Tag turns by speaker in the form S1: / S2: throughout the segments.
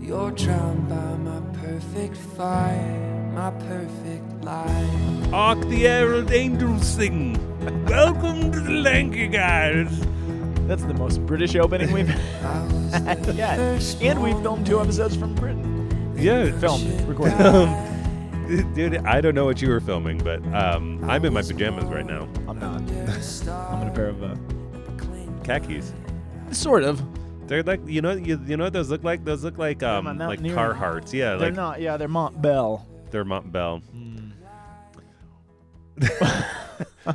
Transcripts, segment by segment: S1: You're drowned by my perfect fire, my perfect lie.
S2: Hark the herald angels sing. Welcome to the lanky guys.
S3: That's the most British opening we've
S1: I was the
S3: had yet.
S1: first
S3: And we
S1: one
S3: filmed two episodes from Britain.
S2: Yeah,
S3: Filmed, recorded.
S2: dude. I don't know what you were filming, but um, I'm in my pajamas right now,
S3: I'm not.
S1: to start
S3: I'm in a pair of uh,
S1: cling.
S2: khakis.
S3: sort of.
S2: They're like you know you, you know what those look like? Those look like um
S3: a
S2: like
S3: mountaineer.
S2: Carhartts. Yeah,
S3: They're
S2: like
S3: not. Yeah, they're Mont Bell.
S2: they're Mont Bell.
S3: Hmm.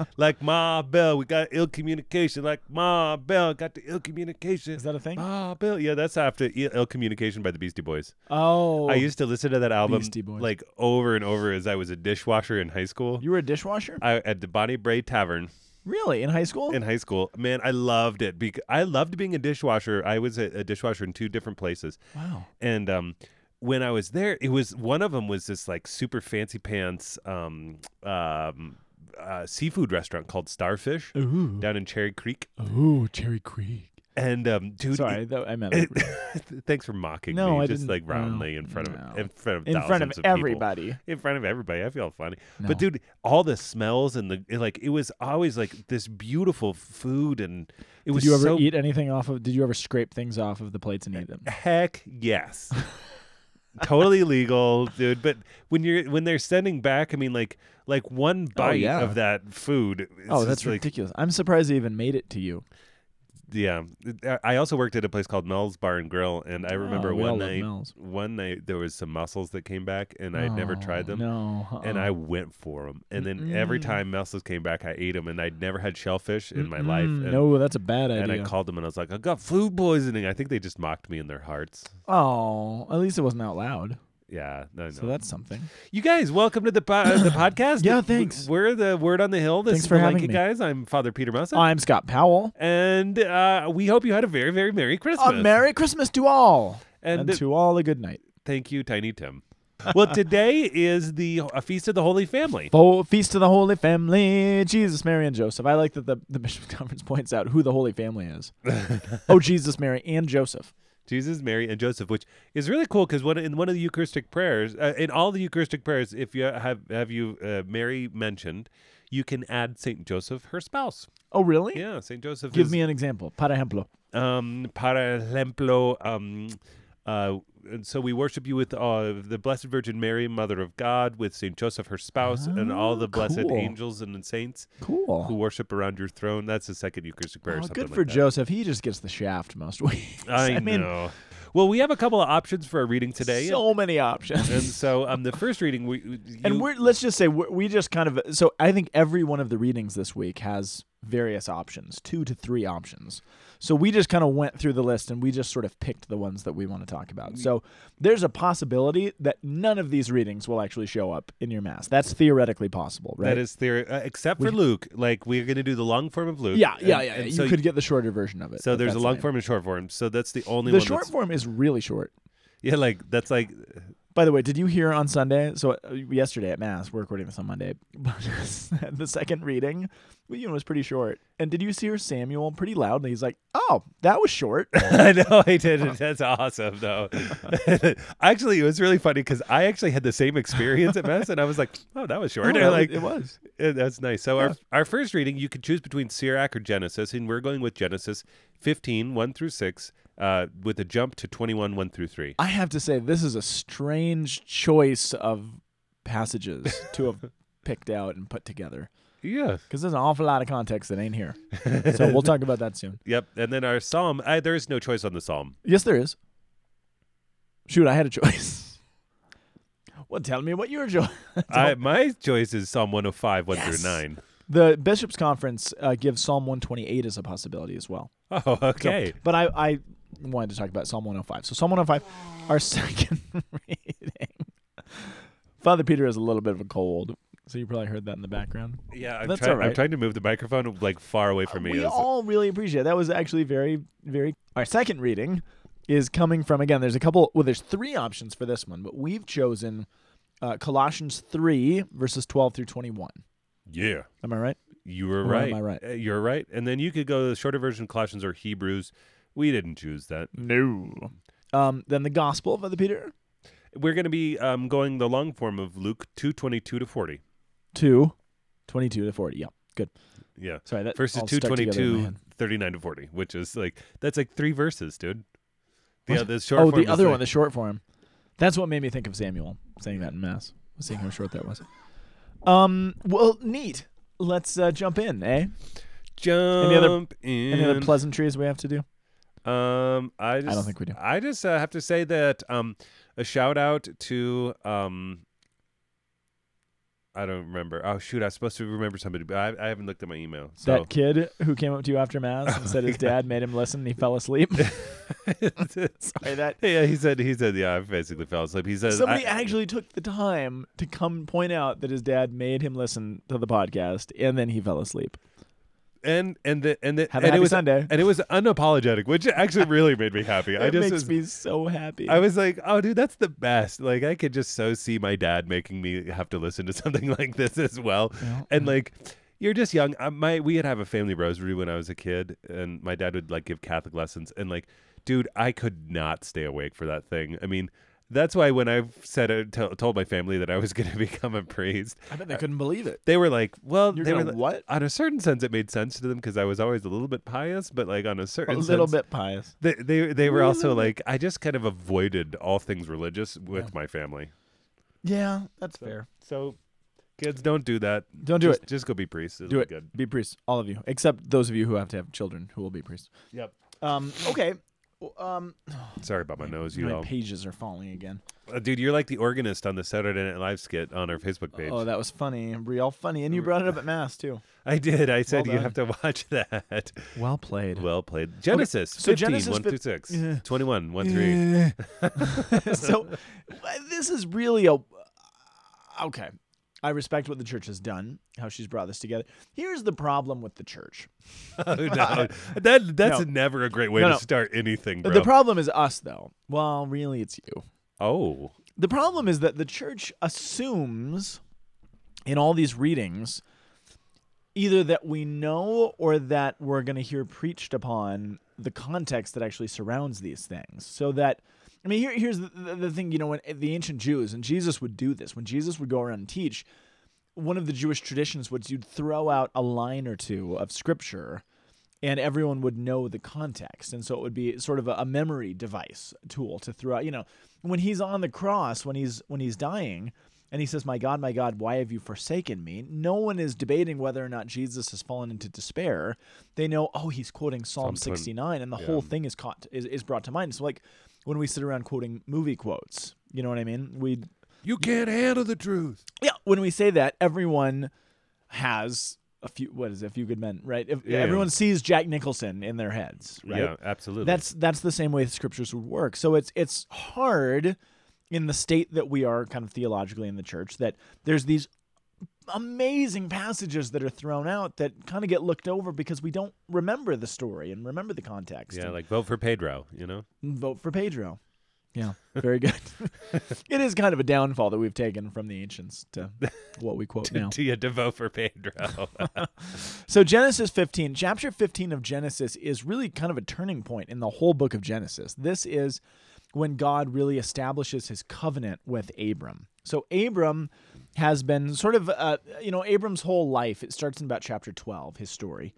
S2: like Ma Bell, we got ill communication. Like Ma Bell, got the ill communication.
S3: Is that a thing?
S2: Ma Bell, yeah, that's after Ill Ill communication by the Beastie Boys.
S3: Oh,
S2: I used to listen to that album
S3: Beastie Boys.
S2: like over and over as I was a dishwasher in high school.
S3: you were a dishwasher?
S2: I at the Bonnie Bray Tavern
S3: really? In high school?
S2: in high school. Man, I loved it because I loved being a dishwasher. I was a, a dishwasher in two different places.
S3: wow.
S2: And um when I was there, it was one of them was this like super fancy pants um um uh, seafood restaurant called Starfish
S3: Ooh.
S2: down in Cherry Creek.
S3: Ooh, Cherry Creek.
S2: And um dude
S3: Sorry,
S2: it-
S3: that, I meant.
S2: thanks for mocking
S3: No,
S2: me
S3: I
S2: just
S3: didn't-
S2: like roundly
S3: no,
S2: in front of
S3: no.
S2: in front of
S3: in
S2: thousands
S3: front of,
S2: people.
S3: everybody.
S2: in front of everybody. I feel funny.
S3: No.
S2: But dude, all the smells and the it, like it was always like this beautiful food and it was
S3: Did you ever
S2: so
S3: eat anything off of? Did you ever scrape things off of the plates and eat them?
S2: heck yes. totally legal, dude, but when you're when they're sending back, I mean like like one bite
S3: Oh, yeah.
S2: of that food it's
S3: oh,
S2: just
S3: that's
S2: like
S3: ridiculous! I'm surprised they even made it to you.
S2: yeah. I- I also worked at a place called Mel's Bar and Grill and I remember
S3: Oh, we all
S2: one
S3: love
S2: night
S3: Mel's.
S2: one night there was some mussels that came back and I had never
S3: Oh,
S2: tried them.
S3: No, uh-uh.
S2: and I went for them. And then every
S3: Uh-huh. Mm-mm.
S2: time mussels came back, I ate them, and I'd never had shellfish in my life. And,
S3: Mm, no, that's a bad idea.
S2: and I called them, and I was like, "I got food poisoning." I think they just mocked me in their hearts.
S3: oh, at least it wasn't out loud.
S2: Yeah, no, no.
S3: So that's something.
S2: you guys. Welcome to the po- uh, the podcast. W-
S3: Yeah, thanks.
S2: We're the word on the hill. This
S3: Thanks
S2: is
S3: for
S2: the
S3: having
S2: Lanky
S3: me.
S2: guys. I'm Father Peter Musa,
S3: I'm Scott Powell.
S2: and uh, we hope you had a very, very merry Christmas.
S3: A Merry Christmas to all,
S2: And
S3: and
S2: th-
S3: to all a good night.
S2: Thank you, Tiny Tim. well, today is the a feast of the Holy Family.
S3: Fo- Feast of the Holy Family, Jesus, Mary, and Joseph. I like that the, the Bishop's Conference points out who the Holy Family is. oh, Jesus, Mary, and Joseph.
S2: Jesus, Mary, and Joseph, which is really cool because one in one of the Eucharistic prayers, uh, in all the Eucharistic prayers, if you have have you uh, Mary mentioned, you can add Saint Joseph, her spouse.
S3: Oh, really?
S2: Yeah, Saint Joseph.
S3: Give
S2: is,
S3: me an example. Por ejemplo.
S2: um, para ejemplo, um, uh, and so we worship you with uh, the Blessed Virgin Mary, Mother of God, with Saint Joseph, her spouse, and all the
S3: Ah,
S2: blessed
S3: cool.
S2: angels and saints
S3: Cool.
S2: who worship around your throne. That's the second Eucharistic prayer. or
S3: Oh,
S2: something
S3: good
S2: like
S3: for
S2: that.
S3: Joseph. He just gets the shaft most weeks.
S2: I,
S3: mean,
S2: know. Well, we have a couple of options for our reading today.
S3: so many options.
S2: and so um the first reading we you,
S3: and we're let's just say we're, we just kind of so I think every one of the readings this week has various options, two to three options. So we just kind of went through the list and we just sort of picked the ones that we want to talk
S2: Mm.
S3: about. So there's a possibility that none of these readings will actually show up in your mass. That's theoretically possible, right?
S2: that is theory uh, except for luke like we're going to do the long form of luke
S3: yeah, yeah,
S2: and-
S3: yeah.
S2: and
S3: you
S2: so
S3: could get the shorter version of it.
S2: so
S3: but
S2: there's a
S3: that's
S2: long
S3: lame.
S2: form and short form so that's the only
S3: The
S2: one
S3: short
S2: that's,
S3: form is really short.
S2: yeah like that's like
S3: By the way, did you hear on Sunday? So uh, yesterday at mass, we're recording this on Monday. But the second reading, well, you know, was pretty short. And did you hear Samuel pretty loudly? He's like, "Oh, that was short."
S2: i know i did it that's awesome though actually it was really funny because i actually had the same experience at mass and i was like oh that was short
S3: No,
S2: And,
S3: that was-
S2: like
S3: it was.
S2: uh, that's nice so our our first reading you could choose between sirach or genesis and we're going with genesis 15 1 through 6 uh, with a jump to 21 1 through 3
S3: I have to say, this is a strange choice of passages to have picked out and put together
S2: yeah
S3: because there's an awful lot of context that ain't here. So we'll talk about that soon.
S2: Yep. And then our psalm, I, there is no choice on the psalm.
S3: Yes, there is. Shoot, I had a choice. Well, tell me what your choice.
S2: I, my choice is Psalm 105, 1
S3: Yes.
S2: through 9.
S3: The bishops' conference uh, gives Psalm 128 as a possibility as well.
S2: Oh,
S3: So-
S2: okay.
S3: but I, I wanted to talk about Psalm 105. So Psalm 105, our second reading. Father Peter has a little bit of a cold, so you probably heard that in the background.
S2: yeah, I'm,
S3: that's
S2: try-
S3: all right.
S2: I'm trying to move the microphone like far away from me.
S3: we
S2: It was-
S3: all really appreciate it. that. Was actually very, very. Our second reading is coming from again. There's a couple. Well, there's three options for this one, but we've chosen uh, Colossians 3 verses 12 through 21.
S2: yeah.
S3: Am I right?
S2: You were
S3: Or
S2: right.
S3: am I right?
S2: Uh, You're right. And then you could go to the shorter version of Colossians or Hebrews. We didn't choose that.
S3: No. Um, then the Gospel of the Peter
S2: We're going to be um, going the long form of Luke two twenty two to forty.
S3: two, 22 to forty. Yeah, good.
S2: Yeah.
S3: Sorry, that
S2: First is
S3: all
S2: two
S3: stuck together
S2: twenty
S3: in my
S2: two
S3: head.
S2: thirty nine to 40, which is like, that's like three verses, dude. The
S3: What?
S2: other short
S3: Oh,
S2: form
S3: the
S2: is
S3: other
S2: like-
S3: one, the short form. That's what made me think of Samuel saying that in mass, seeing how short that was. Um. Well, neat. Let's uh, jump in, eh?
S2: Jump
S3: other-
S2: in.
S3: Any other pleasantries we have to do?
S2: Um, I just,
S3: don't think we do.
S2: I just uh, have to say that um, a shout out to um, I don't remember. Oh shoot, I was supposed to remember somebody, but I, I haven't looked at my email. So
S3: That kid who came up to you after mass and said his dad made him listen and he fell asleep. Sorry, that
S2: yeah, he said he said yeah, I basically fell asleep. He says
S3: somebody
S2: I-
S3: actually took the time to come point out that his dad made him listen to the podcast and then he fell asleep.
S2: and and the and the
S3: Have
S2: and
S3: a happy
S2: it was
S3: Sunday.
S2: and it was unapologetic, which actually really made me happy. I
S3: It
S2: just
S3: makes
S2: was,
S3: me so happy.
S2: I was like, oh dude, that's the best. Like I could just so see my dad making me have to listen to something like this as well.
S3: Yeah.
S2: and like you're just young I, my we had have a family rosary when i was a kid and my dad would like give catholic lessons and like dude i could not stay awake for that thing i mean that's why when i said I t- told my family that i was going to become a priest
S3: I bet they couldn't believe it.
S2: they were like well
S3: You're
S2: they were
S3: gonna
S2: li-
S3: what?
S2: on a certain sense it made sense to them because i was always a little bit pious but like on a
S3: A
S2: certain
S3: little
S2: sense,
S3: bit pious.
S2: they, they they were also like i just kind of avoided all things religious with
S3: Yeah.
S2: my family
S3: Yeah, that's
S2: So-
S3: fair.
S2: so kids don't do that
S3: Don't do
S2: just,
S3: it.
S2: just go be priests It'll
S3: Do
S2: be
S3: it.
S2: good
S3: Be priests, all of you, except those of you who have to have children who will be priests.
S2: yep
S3: Um, okay. Well, Um,
S2: sorry about my nose you
S3: my
S2: all
S3: pages are falling again.
S2: Uh, dude, you're like the organist on the Saturday Night Live skit on our Facebook page.
S3: Oh, that was funny, real funny, and you brought it up at mass too.
S2: I did. I said
S3: Well
S2: you have to watch that.
S3: Well played.
S2: well played. Genesis,
S3: so
S2: 15,
S3: Genesis
S2: 1
S3: fif-
S2: through 6.
S3: Yeah.
S2: 21, 1 3.
S3: so uh, this is really a okay. I respect what the church has done, how she's brought this together. Here's the problem with the church.
S2: Oh, no. That, that's
S3: No.
S2: never a great way
S3: No,
S2: to
S3: no.
S2: start anything, bro.
S3: The problem is us, though. Well, really, it's you.
S2: oh.
S3: The problem is that the church assumes in all these readings either that we know or that we're going to hear preached upon the context that actually surrounds these things. So that, I mean, here, here's the, the, the thing you know, when the ancient Jews, and Jesus would do this, when Jesus would go around and teach, one of the Jewish traditions was you'd throw out a line or two of scripture and everyone would know the context. And so it would be sort of a, a memory device tool to throw out, you know, when he's on the cross, when he's when he's dying, and he says, My God, my God, why have you forsaken me? No one is debating whether or not Jesus has fallen into despair. They know, oh, he's quoting Psalm
S2: Psalm 20
S3: 69, and the whole thing is caught is, is brought to mind. So like when we sit around quoting movie quotes, you know what I mean? We
S2: You can't handle the truth.
S3: yeah, when we say that, everyone has a few. What is it, a few good men, right? If,
S2: Yeah.
S3: Everyone sees Jack Nicholson in their heads, right?
S2: Yeah, absolutely.
S3: That's that's the same way the scriptures would work. So it's it's hard in the state that we are kind of theologically in the church that there's these amazing passages that are thrown out that kind of get looked over because we don't remember the story and remember the context.
S2: yeah,
S3: and-
S2: like vote for Pedro, you know?
S3: vote for Pedro. Yeah, very good. it is kind of a downfall that we've taken from the ancients to what we quote now.
S2: Do you have to vote for
S3: Oh,
S2: Pedro?
S3: So Genesis 15, chapter 15 of Genesis is really kind of a turning point in the whole book of Genesis. This is when God really establishes his covenant with Abram. So Abram has been sort of uh, you know Abram's whole life it starts in about chapter 12 his story.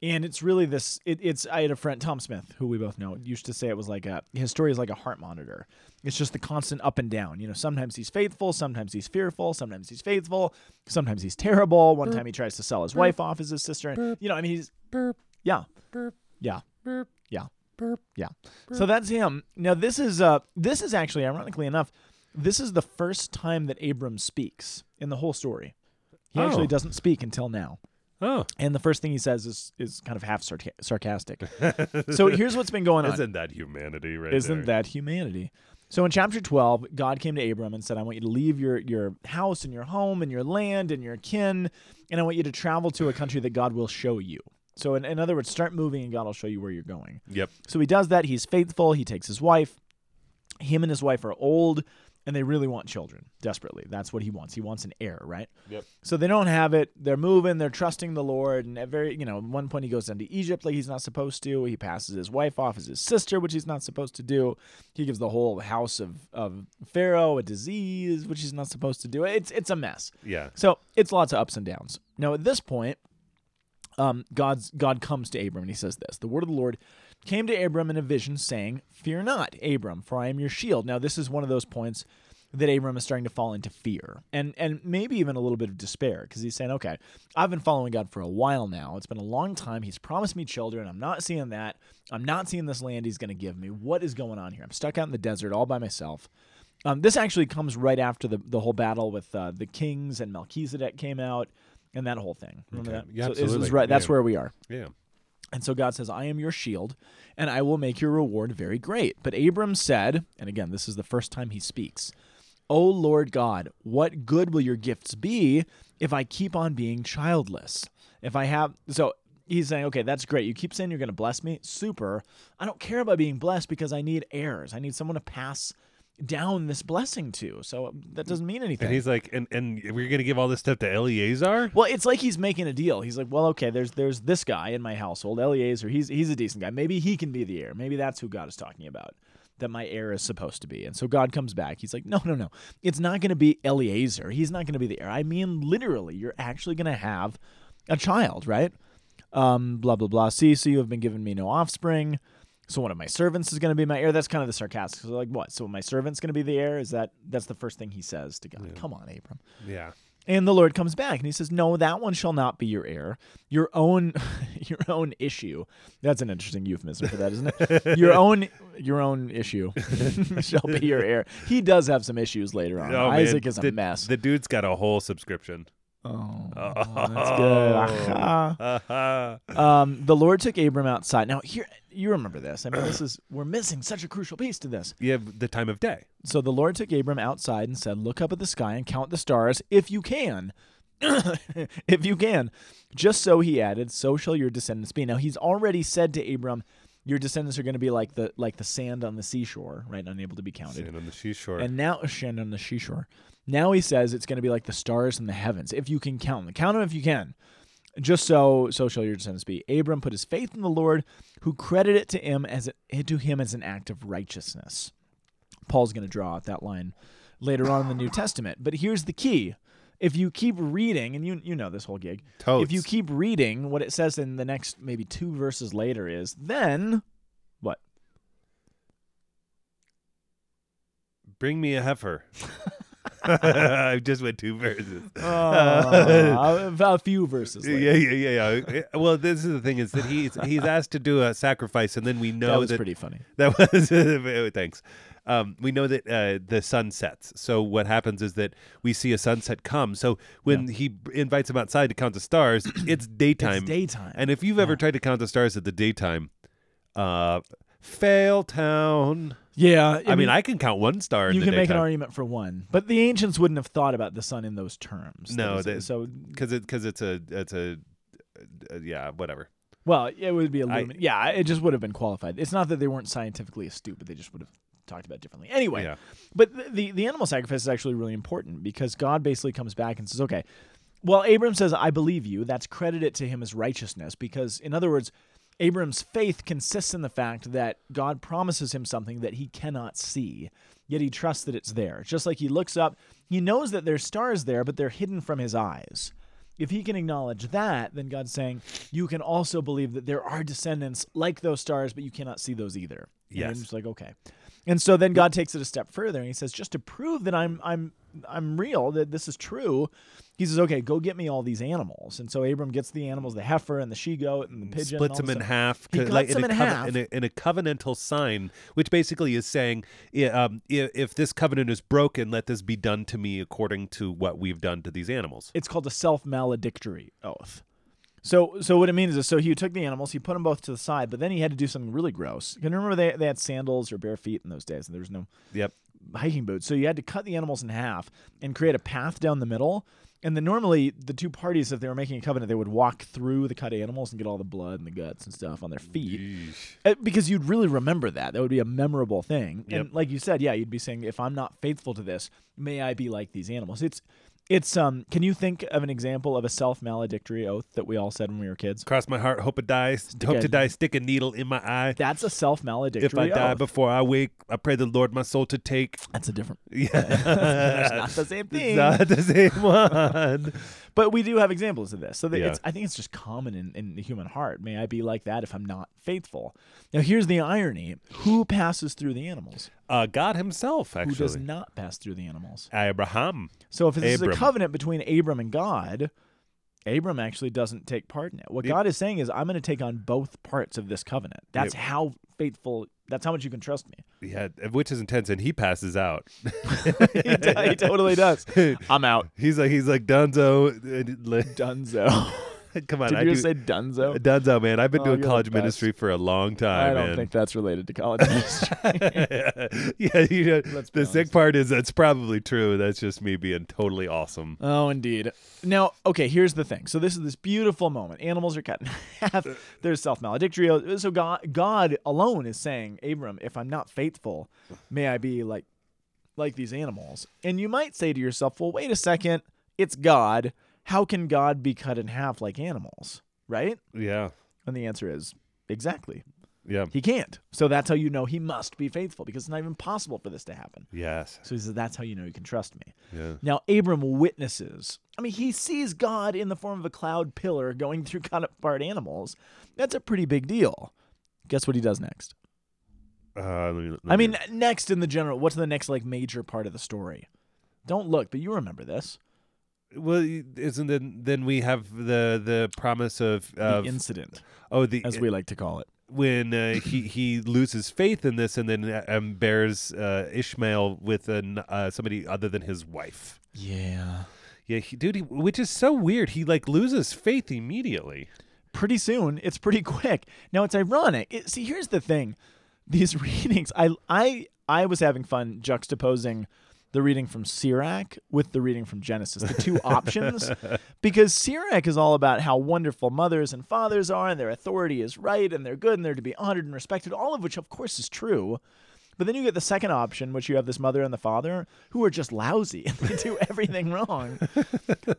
S3: And it's really this. It, it's I had a friend Tom Smith, who we both know, used to say it was like a his story is like a heart monitor. It's just the constant up and down. You know, sometimes he's faithful, sometimes he's fearful, sometimes he's faithful, sometimes he's terrible. One time he tries to sell his wife off as his sister, and you know, I mean, he's
S2: burp,
S3: yeah,
S2: burp,
S3: yeah,
S2: burp,
S3: yeah.
S2: burp.
S3: Yeah. So that's him. Now this is uh this is actually ironically enough, this is the first time that Abram speaks in the whole story. He
S2: Oh.
S3: actually doesn't speak until now.
S2: Oh,
S3: And the first thing he says is is kind of half sarca- sarcastic. so here's what's been going on.
S2: isn't that humanity right
S3: Isn't that humanity? So in chapter 12, God came to Abram and said, I want you to leave your, your house and your home and your land and your kin, and I want you to travel to a country that God will show you. So, in, in other words, start moving and God will show you where you're going.
S2: Yep.
S3: So he does that. He's faithful. He takes his wife. Him and his wife are old and they really want children desperately. That's what he wants. He wants an heir, right?
S2: Yep.
S3: So they don't have it. They're moving. They're trusting the Lord. And at very, you know, at one point he goes down to Egypt like he's not supposed to. He passes his wife off as his sister, which he's not supposed to do. He gives the whole house of, of Pharaoh a disease, which he's not supposed to do. It's it's a mess.
S2: Yeah.
S3: So it's lots of ups and downs. Now at this point, um, God's God comes to Abram and he says this: The word of the Lord came to Abram in a vision, saying, "Fear not, Abram, for I am your shield." Now this is one of those points that Abram is starting to fall into fear and and maybe even a little bit of despair because he's saying, "Okay, I've been following God for a while now. It's been a long time. He's promised me children. I'm not seeing that. I'm not seeing this land He's going to give me. What is going on here? I'm stuck out in the desert all by myself." Um, this actually comes right after the, the whole battle with uh, the kings and Melchizedek came out and that whole thing. Remember
S2: Okay.
S3: that?
S2: Yeah,
S3: so this is
S2: absolutely.
S3: right. That's
S2: Yeah.
S3: where we are.
S2: Yeah.
S3: And so God says, I am your shield, and I will make your reward very great. But Abram said, and again, this is the first time he speaks, O Lord God, what good will your gifts be if I keep on being childless? If I have. So he's saying, okay, that's great. You keep saying you're going to bless me. Super. I don't care about being blessed because I need heirs. I need someone to pass down this blessing to. So that doesn't mean anything.
S2: And he's like, and and we're gonna give all this stuff to Eleazar.
S3: Well, it's like he's making a deal. He's like, well, okay, there's there's this guy in my household, Eliezer. He's he's a decent guy. Maybe he can be the heir. Maybe that's who God is talking about. That my heir is supposed to be. And so God comes back. He's like, no, no, no. It's not going to be Eliezer. He's not going to be the heir. I mean, literally, you're actually going to have a child, right? Um, blah blah blah. See, so you have been given me no offspring. So one of my servants is going to be my heir. That's kind of the sarcastic. So like, what? So my servant's going to be the heir? Is that? That's the first thing he says to God. Come on, Abram.
S2: Yeah.
S3: And the Lord comes back and he says, "No, that one shall not be your heir. Your own your own issue." That's an interesting euphemism for that, isn't it? your own your own issue shall be your heir. He does have some issues later on.
S2: Oh, man.
S3: Isaac is a
S2: the,
S3: mess.
S2: The dude's got a whole subscription.
S3: oh,
S2: Oh,
S3: that's good. Aha.
S2: Aha.
S3: Um, the Lord took Abram outside. Now here you remember this. I mean, this is we're missing such a crucial piece to this.
S2: You have the time of day.
S3: So the Lord took Abram outside and said, Look up at the sky and count the stars, if you can. if you can. Just so, he added, so shall your descendants be. Now he's already said to Abram, Your descendants are going to be like the like the sand on the seashore, right? Unable to be counted.
S2: Stand on the seashore.
S3: And now sand on the seashore. Now he says it's going to be like the stars in the heavens, if you can count them. Count them if you can. Just so, so shall your descendants be. Abram put his faith in the Lord, who credited it to him as a, to him as an act of righteousness. Paul's going to draw out that line later on in the New Testament. But here's the key. If you keep reading, and you you know this whole gig, if
S2: Totes.
S3: you keep reading, what it says in the next maybe two verses later is then what?
S2: Bring me a heifer. I just went two verses.
S3: Uh, a a few verses later.
S2: Yeah, yeah, yeah, yeah. Well, this is the thing is that he's he's asked to do a sacrifice, and then we know
S3: that was
S2: that
S3: pretty funny.
S2: That was oh, thanks. Um, we know that uh, the sun sets. So what happens is that we see a sunset come. So when he b- invites him outside to count the stars, it's daytime.
S3: It's daytime.
S2: And if you've ever tried to count the stars at the daytime, uh, fail town.
S3: yeah,
S2: I, mean, I can count one star.
S3: you
S2: in the
S3: can make an
S2: daytime.
S3: argument for one, but the ancients wouldn't have thought about the sun in those terms.
S2: No,
S3: That
S2: they-
S3: is- so
S2: because it because it's a it's a uh, yeah whatever.
S3: well, it would be a
S2: I-
S3: lumin- yeah, it just would have been qualified. It's not that they weren't scientifically astute, but they just would have talked about it differently. Anyway,
S2: Yeah.
S3: but the, the the animal sacrifice is actually really important because God basically comes back and says, okay, well, Abram says, I believe you. That's credited to him as righteousness because, in other words. Abram's faith consists in the fact that God promises him something that he cannot see, yet he trusts that it's there. Just like he looks up, he knows that there's stars there, but they're hidden from his eyes. If he can acknowledge that, then God's saying, You can also believe that there are descendants like those stars, but you cannot see those either. And
S2: Yes.
S3: Abram's like, okay. And so then God takes it a step further and he says, Just to prove that I'm I'm I'm real, that this is true, he says, Okay, go get me all these animals. And so Abram gets the animals, the heifer and the she goat and the pigeon. and all
S2: splits them
S3: this
S2: in
S3: stuff.
S2: half,
S3: He
S2: co-
S3: cuts
S2: like
S3: them
S2: in,
S3: in
S2: a coven-
S3: half.
S2: in, a, in a covenantal sign, which basically is saying, i- um, i- if this covenant is broken, let this be done to me according to what we've done to these animals.
S3: it's called a self-maledictory oath. So, so what it means is, so he took the animals, he put them both to the side, but then he had to do something really gross. Can you remember they, they had sandals or bare feet in those days, and there was no
S2: Yep.
S3: hiking boots. So you had to cut the animals in half and create a path down the middle. And then normally the two parties, if they were making a covenant, they would walk through the cut animals and get all the blood and the guts and stuff on their feet. Uh, because you'd really remember that. That would be a memorable thing.
S2: Yep.
S3: And like you said, yeah, you'd be saying, if I'm not faithful to this, may I be like these animals. It's, it's. Um, can you think of an example of a self-maledictory oath that we all said when we were kids?
S2: Cross my heart, hope it dies. hope to
S3: a-
S2: die, stick a needle in my eye.
S3: That's a self-maledictory.
S2: If I die
S3: oath.
S2: before I wake, I pray the Lord my soul to take.
S3: that's a different. That's
S2: Yeah.
S3: not the same
S2: It's
S3: thing.
S2: not the same one.
S3: But we do have examples of this. So that
S2: Yeah.
S3: it's, I think it's just common in, in the human heart. May I be like that if I'm not faithful? Now, here's the irony who passes through the animals?
S2: Uh, God Himself,
S3: Who does
S2: actually.
S3: not pass through the animals?
S2: Abraham.
S3: So if this is a
S2: Abram.
S3: covenant between Abram and God, Abram actually doesn't take part in it. What
S2: Yep.
S3: God is saying is, I'm going to take on both parts of this covenant. That's how faithful, that's how much you can trust me.
S2: Yeah, which is intense, and he passes out.
S3: he, t- he totally does. I'm out.
S2: He's like, he's like Dunzo. uh, like-
S3: Dunzo.
S2: Come on,
S3: Did
S2: I
S3: you
S2: do.
S3: just say Dunzo?
S2: Dunzo, man. I've been
S3: Oh,
S2: doing
S3: you're the
S2: college
S3: best.
S2: ministry for a long
S3: I
S2: time.
S3: don't
S2: man.
S3: think that's related to college ministry.
S2: yeah, you know,
S3: Let's be
S2: the sick
S3: honest.
S2: part is that's probably true. That's just me being totally awesome.
S3: Oh, indeed. Now, okay, here's the thing. So this is this beautiful moment. Animals are cut in half. There's self-maledictory. oath. So God, God alone is saying, Abram, if I'm not faithful, may I be like, like these animals. And you might say to yourself, well, wait a second. It's God. How can God be cut in half like animals? Right?
S2: Yeah,
S3: And the answer is exactly.
S2: yeah,
S3: He can't. So that's how you know he must be faithful because it's not even possible for this to happen.
S2: yes,
S3: So he says, that's how you know you can trust me.
S2: yeah.
S3: Now, Abram witnesses. I mean, he sees God in the form of a cloud pillar going through cut apart animals. That's a pretty big deal. Guess what he does next?
S2: Uh, let me, let
S3: I
S2: me-
S3: mean, next in the general, what's the next like major part of the story? Don't look, but you remember this.
S2: well, isn't then then we have the the promise of,
S3: The
S2: of
S3: incident,
S2: oh the
S3: as we like to call it.
S2: when uh, he he loses faith in this and then uh, um, bears uh, Ishmael with an, uh, somebody other than his wife.
S3: Yeah.
S2: Yeah, he, dude, he, which is so weird. He like loses faith immediately.
S3: pretty soon. It's pretty quick. Now it's ironic. It, see, here's the thing: these readings, I, I, I was having fun juxtaposing the reading from Sirach with the reading from Genesis, the two options, because Sirach is all about how wonderful mothers and fathers are, and their authority is right, and they're good, and they're to be honored and respected. All of which, of course, is true. But then you get the second option, which you have this mother and the father who are just lousy and they do everything wrong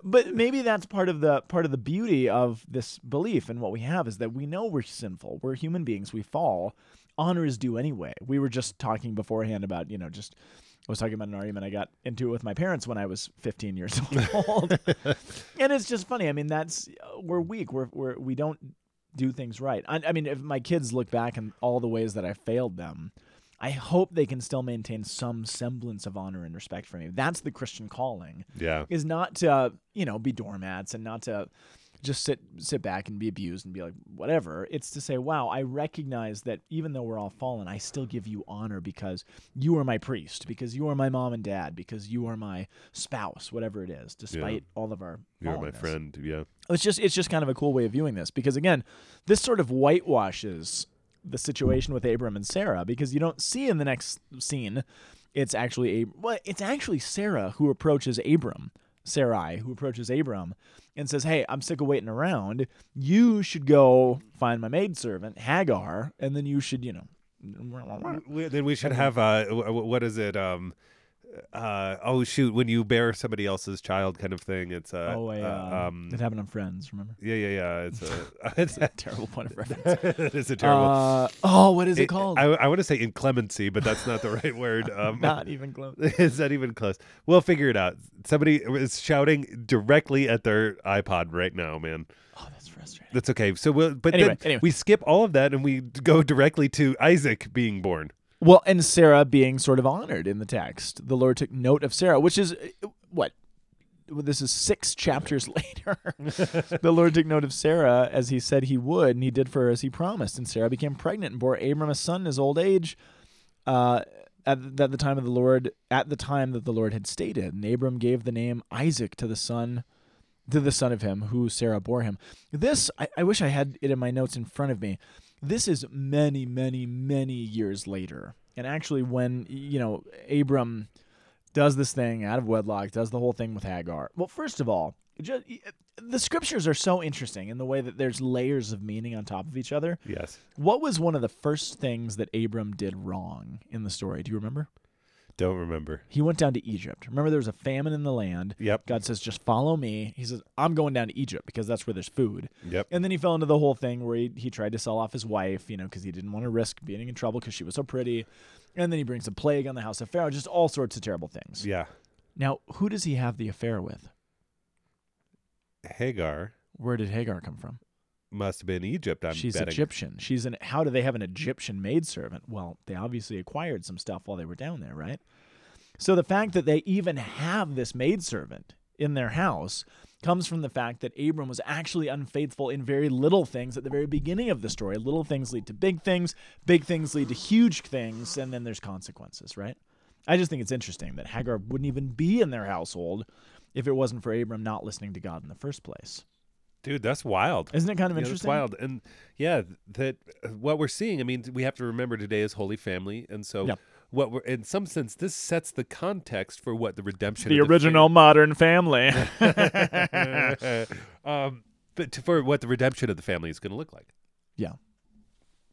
S3: but maybe that's part of the part of the beauty of this belief and what we have is that we know we're sinful. We're human beings. We fall. Honor is due anyway. We were just talking beforehand about you know just I was talking about an argument I got into with my parents when I was 15 years old, and it's just funny. I mean that's we're weak. We're, we're we don't do things right. I, I mean if my kids look back and all the ways that I failed them. I hope they can still maintain some semblance of honor and respect for me. That's the Christian calling
S2: Yeah,
S3: is not to you know be doormats and not to just sit sit back and be abused and be like whatever it's to say wow i recognize that even though we're all fallen i still give you honor because you are my priest because you are my mom and dad because you are my spouse whatever it is despite all of our
S2: you're my
S3: fallenness."
S2: friend. Yeah.
S3: it's just it's just kind of a cool way of viewing this because again this sort of whitewashes the situation with Abram and Sarah because you don't see in the next scene it's actually Ab- well it's actually Sarah who approaches Abram Sarai who approaches Abram and says hey I'm sick of waiting around you should go find my maidservant Hagar and then you should you know
S2: We- then we should have uh, w- w- what is it? Um, uh, oh shoot, when you bear somebody else's child, kind of thing. It's uh,
S3: oh I,
S2: uh,
S3: uh,
S2: um,
S3: it happened on Friends remember
S2: yeah, yeah, yeah. It's a, it's
S3: terrible point of reference
S2: a, it's a terrible.
S3: uh, oh what is it,
S2: It-
S3: called
S2: I, I want to say inclemency, but that's not the right word. Um,
S3: not even close
S2: is that even close? We'll figure it out. Somebody is shouting directly at their iPod right now, man.
S3: oh that's frustrating
S2: That's okay. So we'll, but
S3: Anyway,
S2: then
S3: anyway.
S2: we skip all of that and we go directly to Isaac being born.
S3: Well, and Sarah being sort of honored in the text. The Lord took note of Sarah, which is uh, what? Well, This is six chapters later. the Lord took note of Sarah as he said he would, and he did for her as he promised. And Sarah became pregnant and bore Abram a son in his old age. Uh, at the, at the time of the Lord, at the time that the Lord had stated, and Abram gave the name Isaac to the son, to the son of him who Sarah bore him. This, I, I wish I had it in my notes in front of me. This is many, many, many years later. And actually, when you know Abram does this thing out of wedlock, does the whole thing with Hagar. Well, first of all, just, the scriptures are so interesting in the way that there's layers of meaning on top of each other.
S2: Yes.
S3: What was one of the first things that Abram did wrong in the story? Do you remember?
S2: Don't remember.
S3: He went down to Egypt. Remember, there was a famine in the land.
S2: Yep.
S3: God says, just follow me. He says, I'm going down to Egypt because that's where there's food.
S2: Yep.
S3: And then he fell into the whole thing where he, he tried to sell off his wife, you know, because he didn't want to risk being in trouble because she was so pretty. And then he brings a plague on the house of Pharaoh, just all sorts of terrible things.
S2: Yeah.
S3: Now, who does he have the affair with?
S2: Hagar
S3: Where did Hagar come from?
S2: must have been Egypt. I'm
S3: She's
S2: betting.
S3: Egyptian. She's an. How do they have an Egyptian maidservant? Well, they obviously acquired some stuff while they were down there, right? So the fact that they even have this maidservant in their house comes from the fact that Abram was actually unfaithful in very little things at the very beginning of the story. Little things lead to big things, big things lead to huge things, and then there's consequences, right? I just think it's interesting that Hagar wouldn't even be in their household if it wasn't for Abram not listening to God in the first place.
S2: Dude, that's wild.
S3: Isn't it kind of
S2: Yeah, that's
S3: interesting?
S2: wild. And yeah, th- that uh, what we're seeing. I mean, we have to remember today is Holy Family, and so
S3: Yeah.
S2: what we're in some sense this sets the context for what the redemption.
S3: The
S2: of
S3: original modern family.
S2: the fa- um, but to, for what the redemption of the family is going to look like.
S3: Yeah.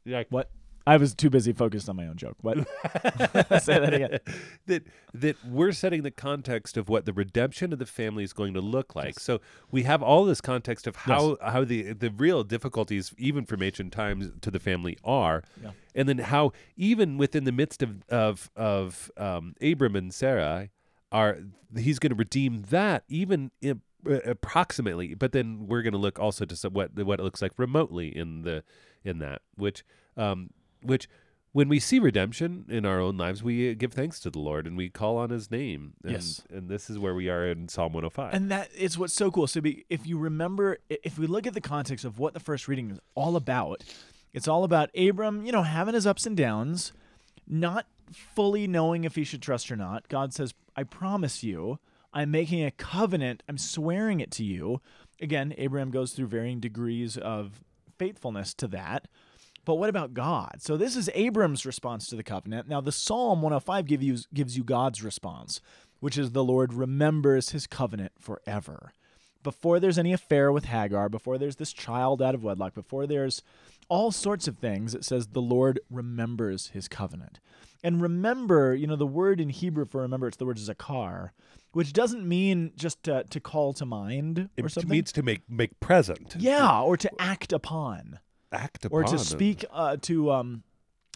S2: Like
S3: What? I was too busy focused on my own joke. What? Say that again.
S2: that that we're setting the context of what the redemption of the family is going to look like. So we have all this context of how how the the real difficulties even from ancient times to the family are,
S3: Yeah.
S2: and then how even within the midst of of of um, Abram and Sarai are he's going to redeem that even. in- approximately but then we're going to look also to some, what what it looks like remotely in the in that which um which when we see redemption in our own lives, we uh, give thanks to the Lord and we call on His name. And,
S3: Yes.
S2: and this is where we are in Psalm 105.
S3: And that is what's so cool. So be, if you remember, i- if we look at the context of what the first reading is all about, it's all about Abram, you know, having his ups and downs, not fully knowing if he should trust or not. God says, I promise you, I'm making a covenant, I'm swearing it to you. Again, Abraham goes through varying degrees of faithfulness to that. But what about God? So this is Abram's response to the covenant. Now the Psalm 105 give you, gives you God's response, which is the Lord remembers his covenant forever. Before there's any affair with Hagar, before there's this child out of wedlock, before there's all sorts of things, it says the Lord remembers his covenant. And remember, you know, the word in Hebrew for remember, it's the word zakar, which doesn't mean just to, to call to mind or
S2: it
S3: something.
S2: means to make make present,
S3: yeah, or to act upon
S2: act upon,
S3: or to speak uh, to um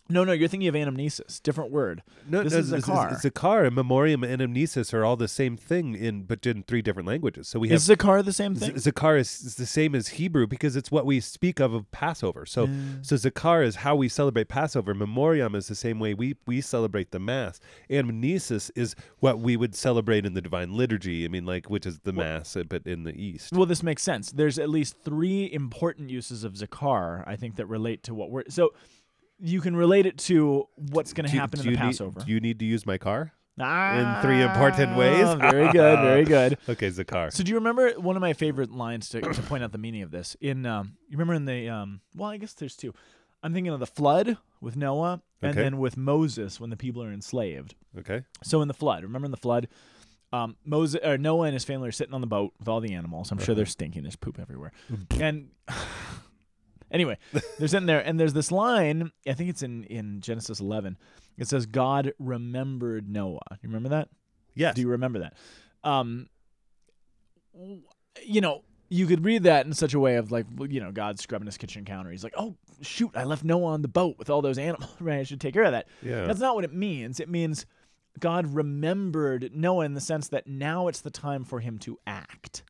S3: no no you're thinking of anamnesis different word
S2: No,
S3: this
S2: no,
S3: is a car
S2: It's a car. And memoriam and amnesis are all the same thing in, but in three different languages. So we have
S3: is the car the same thing
S2: Z- Zakar is, is the same as Hebrew because it's what we speak of of Passover. So, so Zakar is how we celebrate Passover. Memoriam is the same way we we celebrate the Mass. Amnesis is what we would celebrate in the Divine Liturgy. I mean, like which is the Mass, uh, but in the East.
S3: well this makes sense there's at least three important uses of zakar i think that relate to what we're so you can relate it to what's going to
S2: Do-
S3: happen
S2: do
S3: in
S2: you
S3: the
S2: need-
S3: passover
S2: do you need to use my car?
S3: Ah,
S2: in three important ways?
S3: very good very good
S2: Okay, Zakar.
S3: so do you remember one of my favorite lines to, to point out the meaning of this in um, you remember in the um, well i guess there's two i'm thinking of the flood with noah and
S2: Okay.
S3: then with moses when the people are enslaved
S2: Okay.
S3: So in the flood, remember in the flood, um, Moses or Noah and his family are sitting on the boat with all the animals. I'm sure they're stinking. There's poop everywhere. and anyway, they're sitting there, and there's this line. I think it's in in Genesis 11. It says God remembered Noah. You remember that?
S2: Yes.
S3: Do you remember that? Um, w- you know, you could read that in such a way of like, well, you know, God scrubbing his kitchen counter. He's like, oh shoot, I left Noah on the boat with all those animals. Right, I should take care of that.
S2: Yeah.
S3: That's not what it means. It means God remembered Noah in the sense that now it's the time for him to act.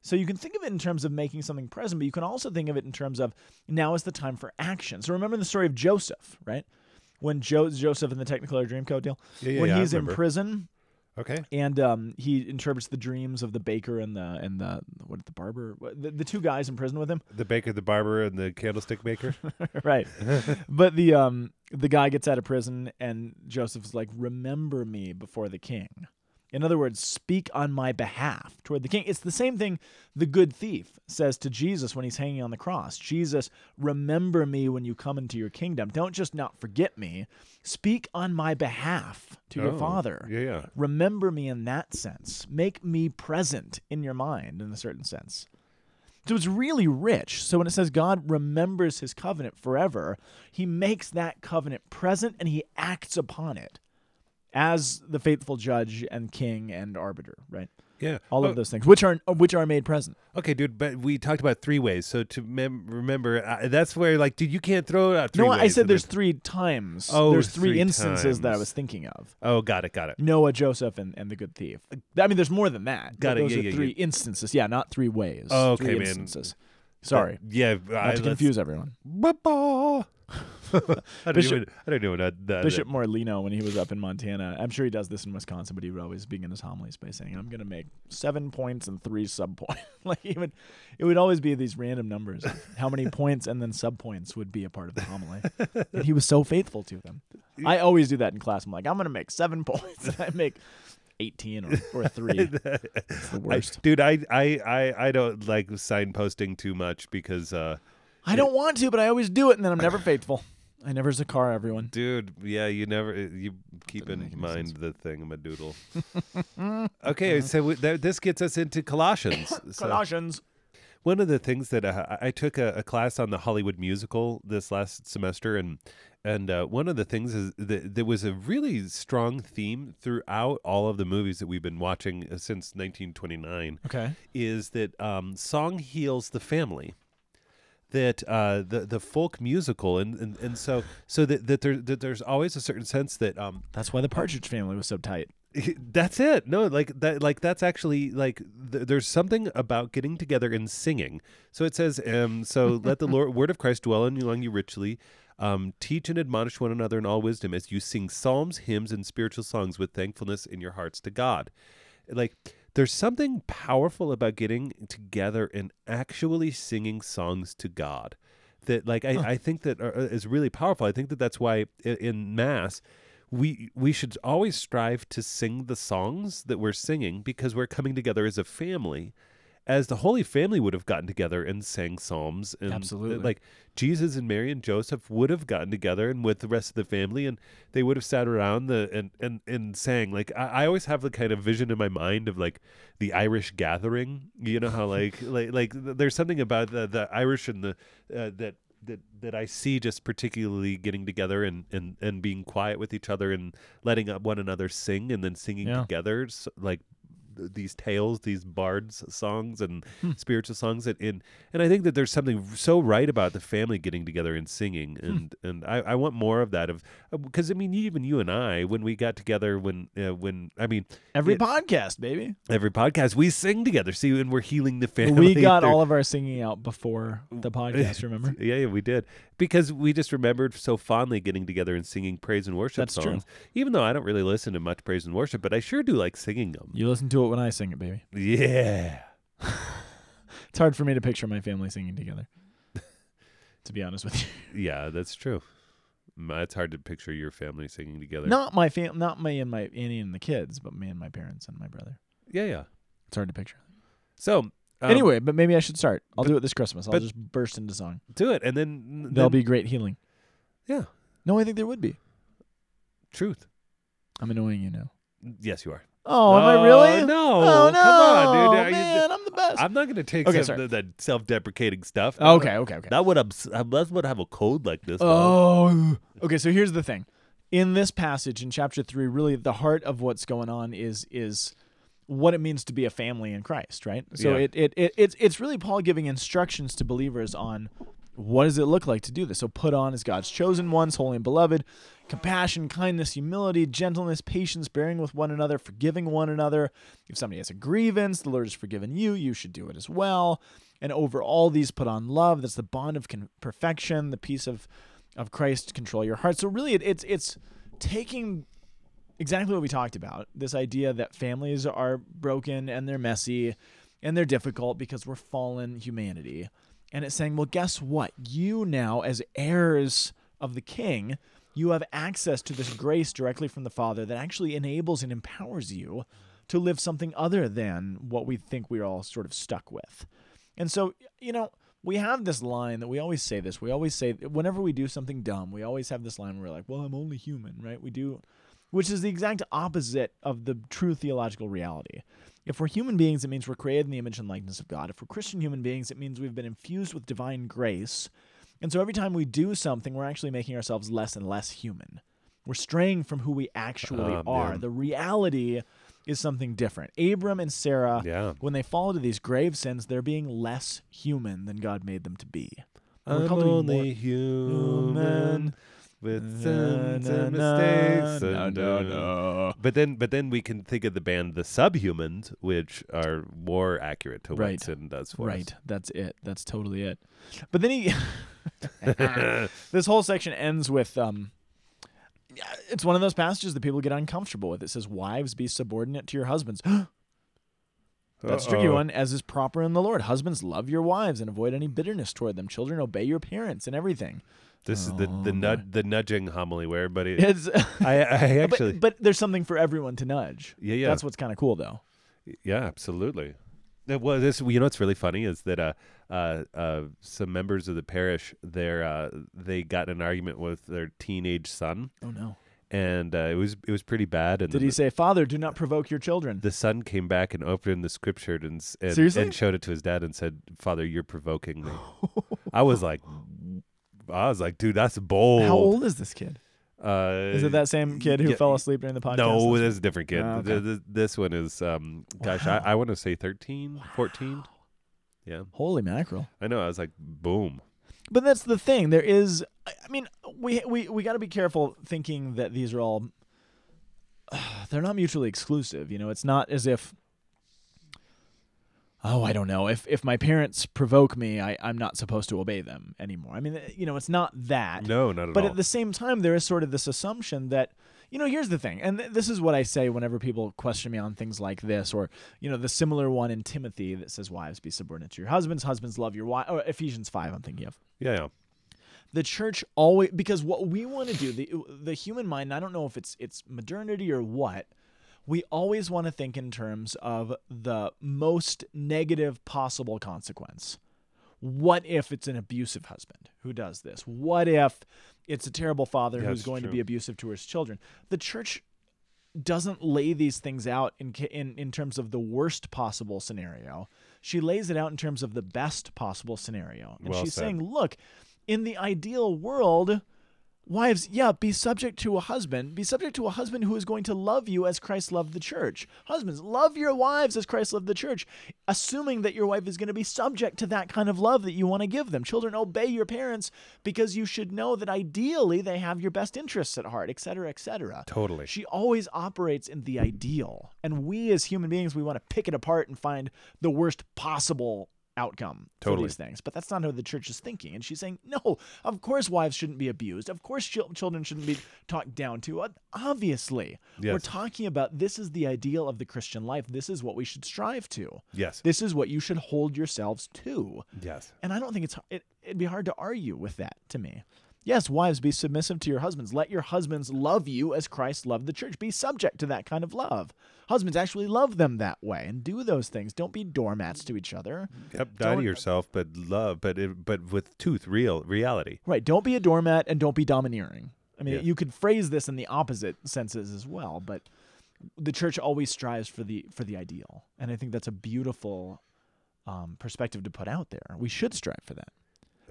S3: So you can think of it in terms of making something present, but you can also think of it in terms of now is the time for action. So remember the story of Joseph, right? When jo- Joseph in the Technicolor Dreamcoat deal,
S2: Yeah, yeah,
S3: when
S2: yeah, I
S3: he's in
S2: remember.
S3: prison
S2: okay.
S3: and um, he interprets the dreams of the baker and the and the what the barber, what- the, the two guys in prison with him,
S2: The baker, the barber, and the candlestick maker.
S3: right? but the um the guy gets out of prison and Joseph's like, "Remember me before the king," In other words, speak on my behalf toward the king. It's the same thing the good thief says to Jesus when he's hanging on the cross Jesus, remember me when you come into your kingdom. Don't just not forget me. Speak on my behalf to your
S2: Oh,
S3: father.
S2: Yeah, yeah.
S3: Remember me in that sense. Make me present in your mind in a certain sense. So it's really rich. So when it says God remembers his covenant forever, he makes that covenant present and he acts upon it as the faithful judge and king and arbiter, right?
S2: Yeah.
S3: All
S2: Oh,
S3: of those things, which are which are made present.
S2: Okay, dude, but we talked about three ways. So to mem- remember, uh, that's where, like, dude, you can't throw it out three
S3: no,
S2: ways.
S3: I said
S2: and
S3: there's
S2: then-
S3: three times.
S2: Oh,
S3: there's three,
S2: three
S3: instances that I
S2: times.
S3: was thinking of.
S2: Oh, got it, got it.
S3: Noah, Joseph, and, and the good thief. I mean, there's more than that. but
S2: Got it,
S3: Those
S2: yeah,
S3: are
S2: yeah,
S3: three instances. Yeah, not three ways.
S2: Oh,
S3: three
S2: okay, man.
S3: instances. Sorry,
S2: But, yeah.
S3: not
S2: I,
S3: to confuse everyone.
S2: Ba-ba. I, don't
S3: Bishop-
S2: even, I don't know what that. that
S3: Bishop Morlino, when he was up in Montana, I'm sure he does this in Wisconsin, but he would always begin his homilies by saying, "I'm going to make seven points and three sub points." like he would, it would always be these random numbers, of how many points and then sub points would be a part of the homily. and he was so faithful to them. I always do that in class. I'm like, "I'm going to make seven points," and I make eighteen or, or three. It's the
S2: I,
S3: worst.
S2: dude, I, I, I, I don't like signposting too much because, uh,
S3: I don't want to, but I always do it, and then I'm never faithful. I never Zakar everyone.
S2: dude, yeah, you never uh, you keep
S3: Doesn't make
S2: in
S3: any
S2: mind the thingamadoodle. okay, so we, th- this gets us into Colossians. So-
S3: Colossians.
S2: one of the things that uh, I, I took a, a class on the Hollywood musical this last semester, and and uh, one of the things is that there was a really strong theme throughout all of the movies that we've been watching uh, since 1929
S3: Okay.
S2: is that um, song heals the family. That uh, the the folk musical and, and, and so so that that, there, that there's always a certain sense that um,
S3: That's why the Partridge Family was so tight.
S2: that's it no like that like that's actually like th- there's something about getting together and singing so it says um so let the lord word of christ dwell in you- among you richly um, teach and admonish one another in all wisdom as you sing psalms hymns and spiritual songs with thankfulness in your hearts to god like there's something powerful about getting together and actually singing songs to god that like i, I think that are, is really powerful i think that that's why i- in mass we we should always strive to sing the songs that we're singing because we're coming together as a family as the holy family would have gotten together and sang psalms and uh,
S3: Absolutely.
S2: like jesus and mary and joseph would have gotten together and with the rest of the family and they would have sat around the and and, and sang like I, I always have the kind of vision in my mind of like the irish gathering you know how like like like th- there's something about the, the irish and the uh, that that that I see just particularly getting together and, and, and being quiet with each other and letting up one another sing and then singing
S3: Yeah.
S2: together s like th- these tales, these bards songs and
S3: Hmm.
S2: spiritual songs that in and I think that there's something so right about the family getting together and singing
S3: Hmm.
S2: and and I, I want more of that of because I mean even you and I when we got together when uh, when I mean
S3: Every
S2: it-
S3: podcast, baby.
S2: every podcast we sing together see and we're healing the family
S3: We got
S2: through-
S3: all of our singing out before the podcast, remember?
S2: yeah, yeah, we did because we just remembered so fondly getting together and singing praise and worship
S3: That's true.
S2: songs. Even though I don't really listen to much praise and worship, but I sure do like singing them.
S3: You listen to it when I sing it, baby.
S2: Yeah,
S3: It's hard for me to picture my family singing together. to be honest with you.
S2: yeah, that's true. Mm, It's hard to picture your family singing together.
S3: Not my fam not me and my Annie and the kids, but me and my parents and my brother.
S2: Yeah, yeah.
S3: It's hard to picture.
S2: So um,
S3: anyway, but maybe I should start. I'll
S2: but-
S3: do it this Christmas. I'll
S2: but-
S3: just burst into song.
S2: do it, and then
S3: There'll
S2: then-
S3: be great healing.
S2: yeah,
S3: No, I think there would be.
S2: truth.
S3: I'm annoying you now.
S2: Yes, you are.
S3: Oh, am I really?
S2: No,
S3: Oh no,
S2: come on, dude. Are you-
S3: man, I'm the best.
S2: I'm not going to take
S3: Okay,
S2: some-
S3: sorry. Oh,
S2: th- that self-deprecating stuff.
S3: okay, okay, okay.
S2: That would obs- that would have a code like this. dog.
S3: Oh, okay. So here's the thing: in this passage in chapter three, really the heart of what's going on is is what it means to be a family in Christ, right? So
S2: Yeah.
S3: it, it it it's it's really Paul giving instructions to believers on what does it look like to do this. So put on as God's chosen ones, holy and beloved, compassion, kindness, humility, gentleness, patience, bearing with one another, forgiving one another. If somebody has a grievance, the Lord has forgiven you, you should do it as well. And over all these put on love, that's the bond of con- perfection, the peace of of Christ control your heart. So really it, it's it's taking exactly what we talked about this idea that families are broken and they're messy and they're difficult because we're fallen humanity. And it's saying, well, guess what? You now, as heirs of the king, you have access to this grace directly from the Father that actually enables and empowers you to live something other than what we think we're all sort of stuck with. And so, you know, we have this line that we always say this. We always say whenever we do something dumb, we always have this line where we're like, "Well, I'm only human," right? We do which is the exact opposite of the true theological reality. If we're human beings, it means we're created in the image and likeness of God. If we're Christian human beings, it means we've been infused with divine grace. And so every time we do something, we're actually making ourselves less and less human. We're straying from who we actually
S2: Oh,
S3: are.
S2: man.
S3: The reality is something different. Abram and Sarah,
S2: Yeah.
S3: when they fall into these grave sins, they're being less human than God made them to be. We're
S2: I'm
S3: called to be
S2: only
S3: more-
S2: human
S3: human.
S2: with
S3: Na,
S2: sins and
S3: na,
S2: mistakes.
S3: na,
S2: and,
S3: na,
S2: uh,
S3: na.
S2: But then, but then we can think of the band the Subhumans, which are more accurate to what
S3: Right.
S2: sin does for
S3: Right. That's it. That's totally it. But then he, this whole section ends with, um, it's one of those passages that people get uncomfortable with. It says, "Wives, be subordinate to your husbands."
S2: us.
S3: That's a tricky one, as is proper in the Lord. Husbands, love your wives and avoid any bitterness toward them. Children, obey your parents and everything.
S2: This is the the,
S3: Oh,
S2: nud, the nudging homily where everybody.
S3: It's
S2: I, I actually,
S3: but, but there's something for everyone to nudge.
S2: yeah, yeah,
S3: That's what's kind of cool, though.
S2: yeah, absolutely. Uh, Well, this you know what's really funny is that uh, uh, uh, some members of the parish there uh, they got in an argument with their teenage son,
S3: Oh no! and
S2: and uh, it was it was pretty bad. And
S3: Did
S2: the,
S3: he say, "Father, do not provoke your children"?
S2: the son came back and opened the scripture and s- and,
S3: Seriously?
S2: and showed it to his dad and said, "Father, you're provoking me." I was like, I was like, dude, that's bold.
S3: How old is this kid?
S2: Uh,
S3: Is it that same kid who
S2: yeah,
S3: fell asleep during the podcast?
S2: No,
S3: last-
S2: that's a different kid.
S3: Oh,
S2: Th-
S3: okay.
S2: th- this one is, um, gosh, I, I want to say 13, 14. Yeah,
S3: Holy mackerel!
S2: I know. I was like, boom.
S3: But that's the thing. There is, I I mean, we we we got to be careful thinking that these are all. They're not mutually exclusive. You know, it's not as if. Oh, I don't know. If if my parents provoke me, I I'm not supposed to obey them anymore. I mean, you know, it's not that.
S2: No, not at
S3: but
S2: all.
S3: at the same time there is sort of this assumption that you know here's the thing and th- this is what i say whenever people question me on things like this or you know the similar one in timothy that says wives be subordinate to your husbands husbands love your wife or ephesians 5 i'm thinking of
S2: yeah, yeah.
S3: the church always because what we want to do the the human mind and i don't know if it's it's modernity or what we always want to think in terms of the most negative possible consequence what if it's an abusive husband who does this what if it's a terrible father
S2: Yeah,
S3: who's
S2: it's
S3: going
S2: true.
S3: to be abusive to his children the church doesn't lay these things out in, ca- in in terms of the worst possible scenario. She lays it out in terms of the best possible scenario. And
S2: Well
S3: she's
S2: said.
S3: saying, look, in the ideal world, wives, yeah, be subject to a husband, be subject to a husband who is going to love you as Christ loved the church. Husbands, love your wives as Christ loved the church, assuming that your wife is going to be subject to that kind of love that you want to give them. Children, obey your parents because you should know that ideally they have your best interests at heart, et cetera, et cetera.
S2: Totally.
S3: She always operates in the ideal. And we as human beings, we want to pick it apart and find the worst possible outcome
S2: Totally.
S3: for these things. But that's not how the church is thinking. And she's saying, no, of course wives shouldn't be abused. Of course chil- children shouldn't be talked down to. Uh, Obviously. We're
S2: Yes.
S3: talking about this is the ideal of the Christian life. This is what we should strive to.
S2: Yes.
S3: This is what you should hold yourselves to.
S2: yes.
S3: And I don't think it's it, it'd be hard to argue with that to me. Yes, wives, be submissive to your husbands. Let your husbands love you as Christ loved the church. Be subject to that kind of love. Husbands actually love them that way and do those things. Don't be doormats to each other.
S2: Yep. Die to
S3: Don't-
S2: yourself, but love, but it, but with tooth, real reality.
S3: Right. Don't be a doormat and don't be domineering. I mean,
S2: Yeah.
S3: you could phrase this in the opposite senses as well, but the church always strives for the for the ideal, and I think that's a beautiful um, perspective to put out there. We should strive for that.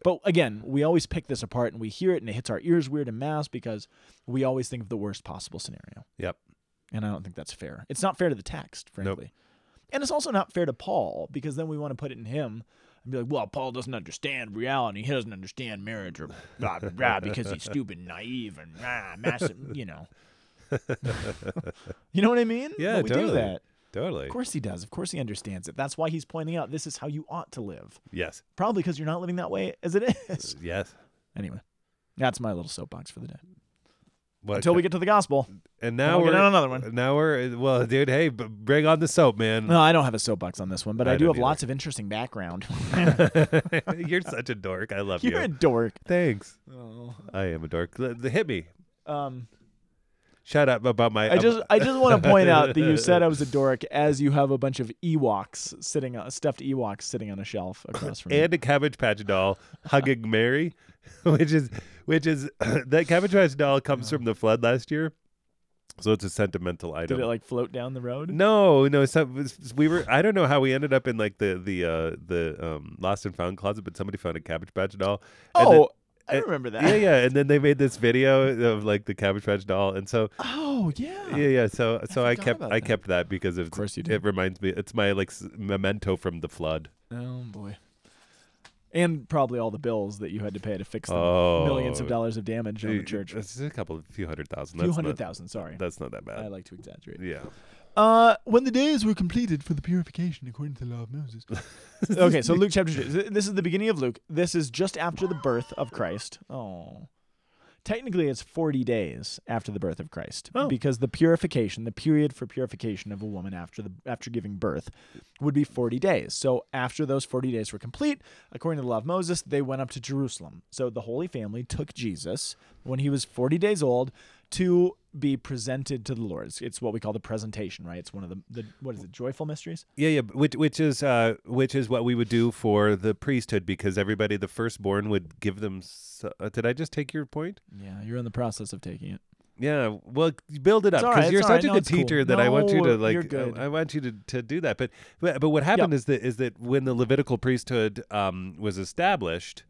S3: But again, we always pick this apart and we hear it and it hits our ears weird and mass because we always think of the worst possible scenario.
S2: Yep.
S3: And I don't think that's fair. It's not fair to the text, frankly. And it's also not fair to Paul because then we want to put it in him and be like, well, Paul doesn't understand reality. He doesn't understand marriage or blah, blah, blah because he's stupid, and naive, and rah, massive, you know. you know what I mean?
S2: Yeah.
S3: But we
S2: totally.
S3: do that.
S2: Totally.
S3: Of course he does. Of course he understands it. That's why he's pointing out this is how you ought to live.
S2: Yes.
S3: Probably because you're not living that way as it is.
S2: Yes.
S3: Anyway, that's my little soapbox for the day.
S2: What,
S3: Until we get to the gospel.
S2: and now
S3: we'll
S2: we're
S3: get on another one.
S2: Now we're uh, well, dude. Hey, b- bring on the soap, man.
S3: No, I don't have a soapbox on this one, but
S2: I
S3: I, do
S2: don't
S3: have
S2: either.
S3: lots of interesting background.
S2: You're such a dork. I love
S3: You're
S2: you.
S3: a dork.
S2: Thanks. I am a dork. L- l- hit me.
S3: Oh, Um,
S2: Shut up about my. um,
S3: I just I just want to point out that you said I was a dork as you have a bunch of Ewoks sitting on stuffed Ewoks sitting on a shelf across from you.
S2: and a Cabbage Patch doll hugging Mary, which is which is that Cabbage Patch doll comes from the flood last year, so it's a sentimental item.
S3: Did it like float down the road?
S2: no, no, some, we were. I don't know how we ended up in like the the uh, the um, lost and found closet, but somebody found a Cabbage Patch doll. and then-
S3: oh, I
S2: and-
S3: remember that.
S2: yeah, yeah, and then they made this video of like the Cabbage Patch doll, and so
S3: Oh yeah.
S2: yeah, yeah. So so I,
S3: forgot
S2: kept I
S3: about that.
S2: kept that because of
S3: course you
S2: It
S3: did.
S2: reminds me. It's my like s- memento from the flood.
S3: Oh boy. And probably all the bills that you had to pay to fix the
S2: Oh,
S3: millions of dollars of damage on
S2: Uh,
S3: the church. A
S2: It's just a couple, of few hundred thousand.
S3: few
S2: That's
S3: hundred
S2: not-
S3: thousand, sorry.
S2: That's not that
S3: I
S2: bad.
S3: like to exaggerate.
S2: yeah.
S3: Uh, when the days were completed for the purification according to the law of Moses. okay, so Luke chapter 2. Th- This is the beginning of Luke. This is just after the birth of Christ. Oh. Technically, it's 40 days after the birth of Christ
S2: Oh.
S3: because the purification, the period for purification of a woman after the after giving birth would be 40 days. So, after those 40 days were complete, according to the law of Moses, they went up to Jerusalem. So, the Holy Family took Jesus when he was 40 days old to be presented to the Lord. It's, it's what we call the presentation, right? It's one of the, the what is it, joyful mysteries?
S2: Yeah, yeah, but which which is uh, which is what we would do for the priesthood because everybody, the firstborn, would give them. s- Uh, did I just take your point?
S3: Yeah, you're in the process of taking it.
S2: Yeah, well, c- build it up
S3: all
S2: because
S3: right,
S2: you're
S3: it's all
S2: such
S3: right.
S2: a
S3: No,
S2: good
S3: it's cool.
S2: teacher that I want you to
S3: No, you're
S2: like.
S3: good.
S2: I, I want you to, to do that. But but, but what happened is that is that when the Levitical priesthood um, was established,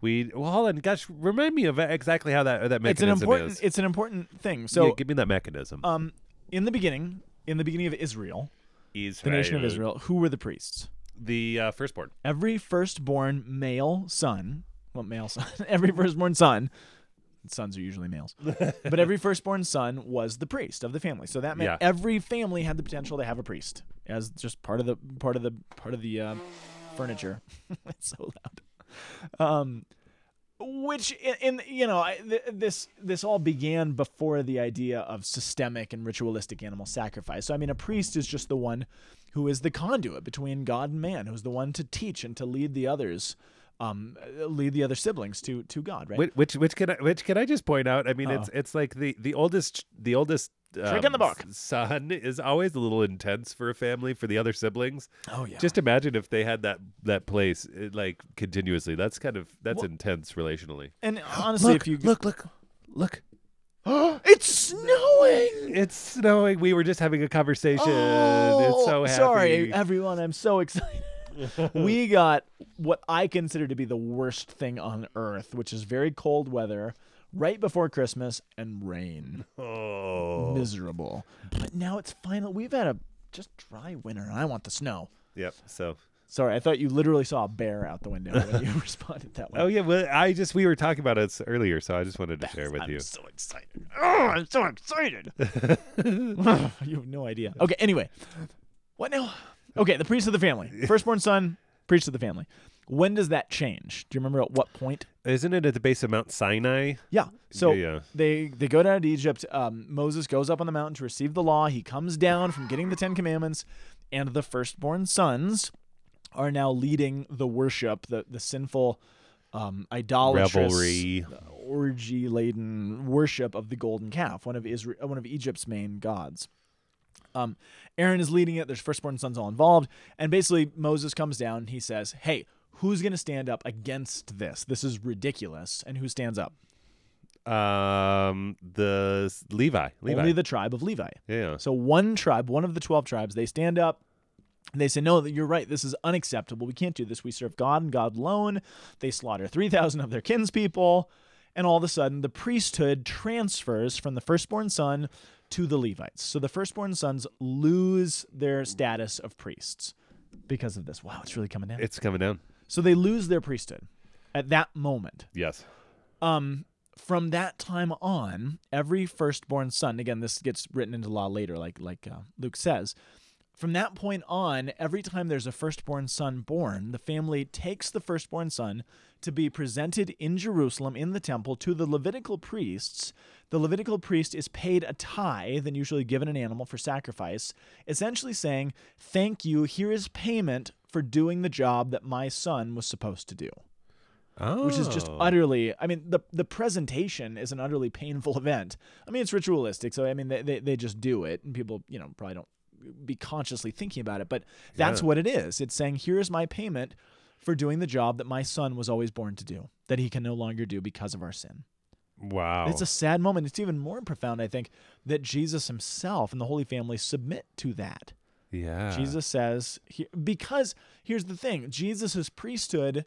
S2: we well, hold on, gosh, remind me of e, exactly how that that
S3: It's an
S2: mechanism
S3: important
S2: is.
S3: it's an important thing. So,
S2: yeah, give me that mechanism.
S3: um in the beginning, in the beginning of Israel, the nation of Israel, who were the priests?
S2: the uh, firstborn.
S3: every firstborn male son, well, male son, every firstborn son, sons are usually males, but every firstborn son was the priest of the family. So that meant
S2: Yeah.
S3: every family had the potential to have a priest as just part of the part of the part of the uh, furniture. it's so loud. Um, which in, in you know I, th- this this all began before the idea of systemic and ritualistic animal sacrifice so i mean a priest is just the one who is the conduit between god and man who's the one to teach and to lead the others um uh, lead the other siblings to to god right
S2: Which, which which can I which can I just point out? I mean, it's it's like the the oldest the oldest um,
S3: Trick in the book.
S2: s- son is always a little intense for a family for the other siblings.
S3: oh yeah
S2: Just imagine if they had that that place it, like continuously. That's kind of that's intense relationally.
S3: and honestly if you
S2: look look look.
S3: it's snowing
S2: It's snowing. We were just having a conversation. it's so happy.
S3: Oh,
S2: Oh.
S3: sorry everyone i'm so excited we got what i consider to be the worst thing on earth which is very cold weather right before christmas and rain
S2: Oh.
S3: miserable but now it's final we've had a just dry winter and i want the snow
S2: Yep. So
S3: sorry i thought you literally saw a bear out the window when you responded that way
S2: Oh yeah, well I just we were talking about it earlier, so I just wanted to share with
S3: I'm
S2: you.
S3: so excited. Oh, I'm so excited. you have no idea. Okay, anyway. What now? Okay, the priest of the family. Firstborn son, priest of the family. When does that change? Do you remember at what point?
S2: Isn't it at the base of Mount Sinai?
S3: Yeah. So
S2: Yeah, yeah.
S3: they they go down to Egypt. Um, Moses goes up on the mountain to receive the law. He comes down from getting the Ten Commandments, and the firstborn sons are now leading the worship, the the sinful, um, idolatrous
S2: Revelry.
S3: orgy laden worship of the golden calf, one of Israel, one of Egypt's main gods. Um, Aaron is leading it. There's firstborn sons all involved, and basically Moses comes down. And he says, "Hey, who's going to stand up against this? This is ridiculous." And who stands up?
S2: Um, the s- Levi. Levi.
S3: Only the tribe of Levi.
S2: yeah.
S3: So one tribe, one of the 12 tribes, they stand up and they say, No, you're right. This is unacceptable. We can't do this. We serve God and God alone. They slaughter 3,000 of their kinspeople. And all of a sudden, the priesthood transfers from the firstborn son to the Levites. So the firstborn sons lose their status of priests because of this. Wow, it's really coming down.
S2: It's coming down.
S3: So they lose their priesthood at that moment
S2: Yes.
S3: um from that time on every firstborn son again this gets written into law later like like uh, luke says from that point on every time there's a firstborn son born the family takes the firstborn son to be presented in jerusalem in the temple to the levitical priests the levitical priest is paid a tithe and usually given an animal for sacrifice essentially saying thank you here is payment for doing the job that my son was supposed to do
S2: Oh.
S3: which is just utterly. I mean, the the presentation is an utterly painful event. I mean, it's ritualistic, so I mean, they they, they just do it, and people, you know, probably don't be consciously thinking about it, but that's
S2: Yeah.
S3: what it is. It's saying, here is my payment for doing the job that my son was always born to do, that he can no longer do because of our sin.
S2: wow.
S3: It's a sad moment. It's even more profound, I think, that Jesus himself and the Holy Family submit to that.
S2: yeah.
S3: Jesus says, he, because here's the thing Jesus' priesthood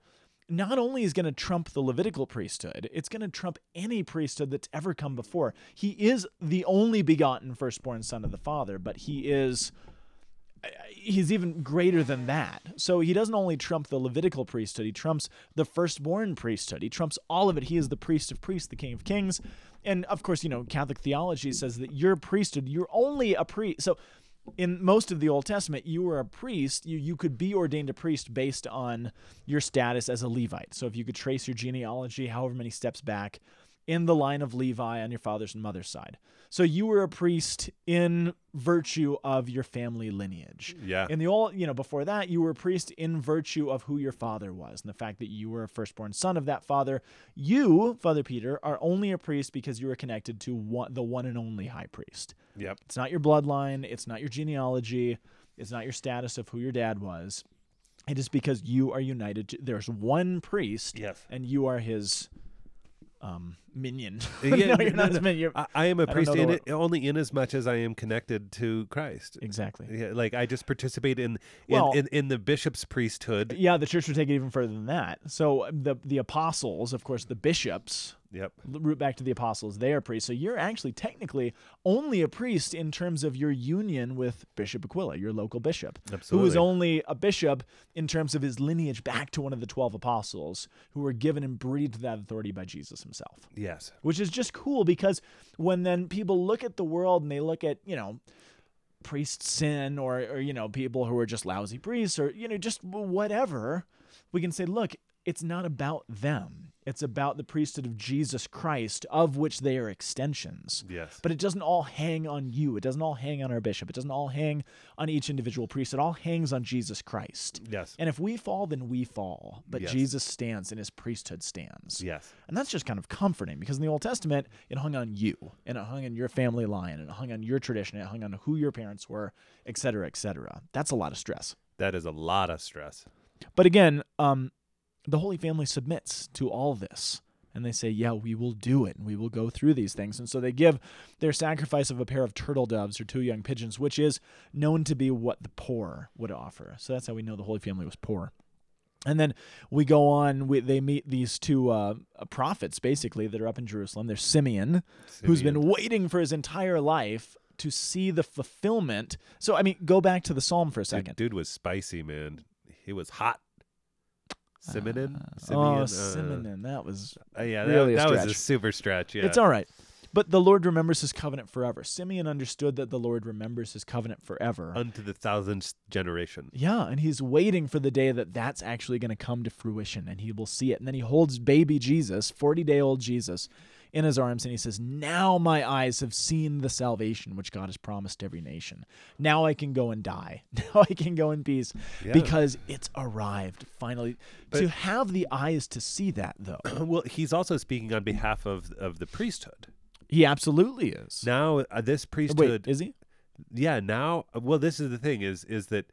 S3: not only is going to trump the Levitical priesthood, it's going to trump any priesthood that's ever come before. He is the only begotten firstborn son of the Father, but he is. He's even greater than that. So he doesn't only trump the Levitical priesthood, he trumps the firstborn priesthood. He trumps all of it. He is the priest of priests, the king of kings. And of course, you know, Catholic theology says that your priesthood, you're only a priest. So in most of the Old Testament, you were a priest. You you could be ordained a priest based on your status as a Levite. So if you could trace your genealogy, however many steps back, in the line of Levi on your father's and mother's side, so you were a priest in virtue of your family lineage.
S2: Yeah.
S3: In the old, you know, before that, you were a priest in virtue of who your father was and the fact that you were a firstborn son of that father. You, Father Peter, are only a priest because you are connected to one, the one and only High Priest.
S2: Yep.
S3: It's not your bloodline. It's not your genealogy. It's not your status of who your dad was. It is because you are united. To, there's one priest,
S2: Yes.
S3: and you are his um, minion.
S2: Yeah,
S3: no,
S2: no,
S3: you're not
S2: no.
S3: his minion. You're,
S2: I, I am a
S3: don't
S2: priest
S3: know the
S2: in
S3: word.
S2: it, only in as much as I am connected to Christ.
S3: exactly.
S2: Yeah, like I just participate in in,
S3: Well-
S2: in in the bishop's priesthood.
S3: Yeah, the church would take it even further than that. So uh, the the apostles, of course, the bishops,
S2: Yep.
S3: l- root back to the apostles, they are priests. So you're actually technically only a priest in terms of your union with Bishop Aquila, your local bishop, who is
S2: Absolutely.
S3: only a bishop in terms of his lineage back to one of the 12 apostles who were given and breathed that authority by Jesus himself
S2: Yes.
S3: which is just cool because when then people look at the world and they look at you know priest sin or or you know people who are just lousy priests or you know just whatever we can say look it's not about them it's about the priesthood of Jesus Christ of which they are extensions
S2: Yes.
S3: but it doesn't all hang on you it doesn't all hang on our bishop it doesn't all hang on each individual priest it all hangs on Jesus Christ
S2: Yes.
S3: and if we fall then we fall but
S2: Yes.
S3: Jesus stands and his priesthood stands
S2: yes.
S3: and that's just kind of comforting because in the Old Testament, it hung on you and it hung on your family line and it hung on your tradition, it hung on who your parents were, et cetera, et cetera. That's a lot of stress.
S2: That is a lot of stress.
S3: But again, um, the Holy Family submits to all this. And they say, Yeah, we will do it and we will go through these things. And so they give their sacrifice of a pair of turtle doves or two young pigeons, which is known to be what the poor would offer. So that's how we know the Holy Family was poor. And then we go on. We, they meet these two uh, prophets, basically, that are up in Jerusalem. There's Simeon, who's been waiting for his entire life to see the fulfillment. So, I mean, go back to the psalm for a
S2: Dude,
S3: second.
S2: dude was spicy, man. He was hot. Simeon.
S3: oh,
S2: uh,
S3: Simeon, that was
S2: uh, yeah, that,
S3: Really a
S2: that was a
S3: stretch.
S2: super stretch. Yeah.
S3: It's all right. But the Lord remembers his covenant forever. Simeon understood that the Lord remembers his covenant forever.
S2: unto the thousandth generation.
S3: yeah, and he's waiting for the day that that's actually going to come to fruition and he will see it. And then he holds baby Jesus, 40 day old Jesus, in his arms and he says, Now my eyes have seen the salvation which God has promised to every nation. Now I can go and die. Now I can go in peace
S2: Yeah.
S3: because it's arrived finally. to have the eyes to see that, though,
S2: Well, he's also speaking on behalf of of the priesthood.
S3: he absolutely is.
S2: Now, uh, this priesthood.
S3: Wait, is he?
S2: yeah now uh, well this is the thing is is that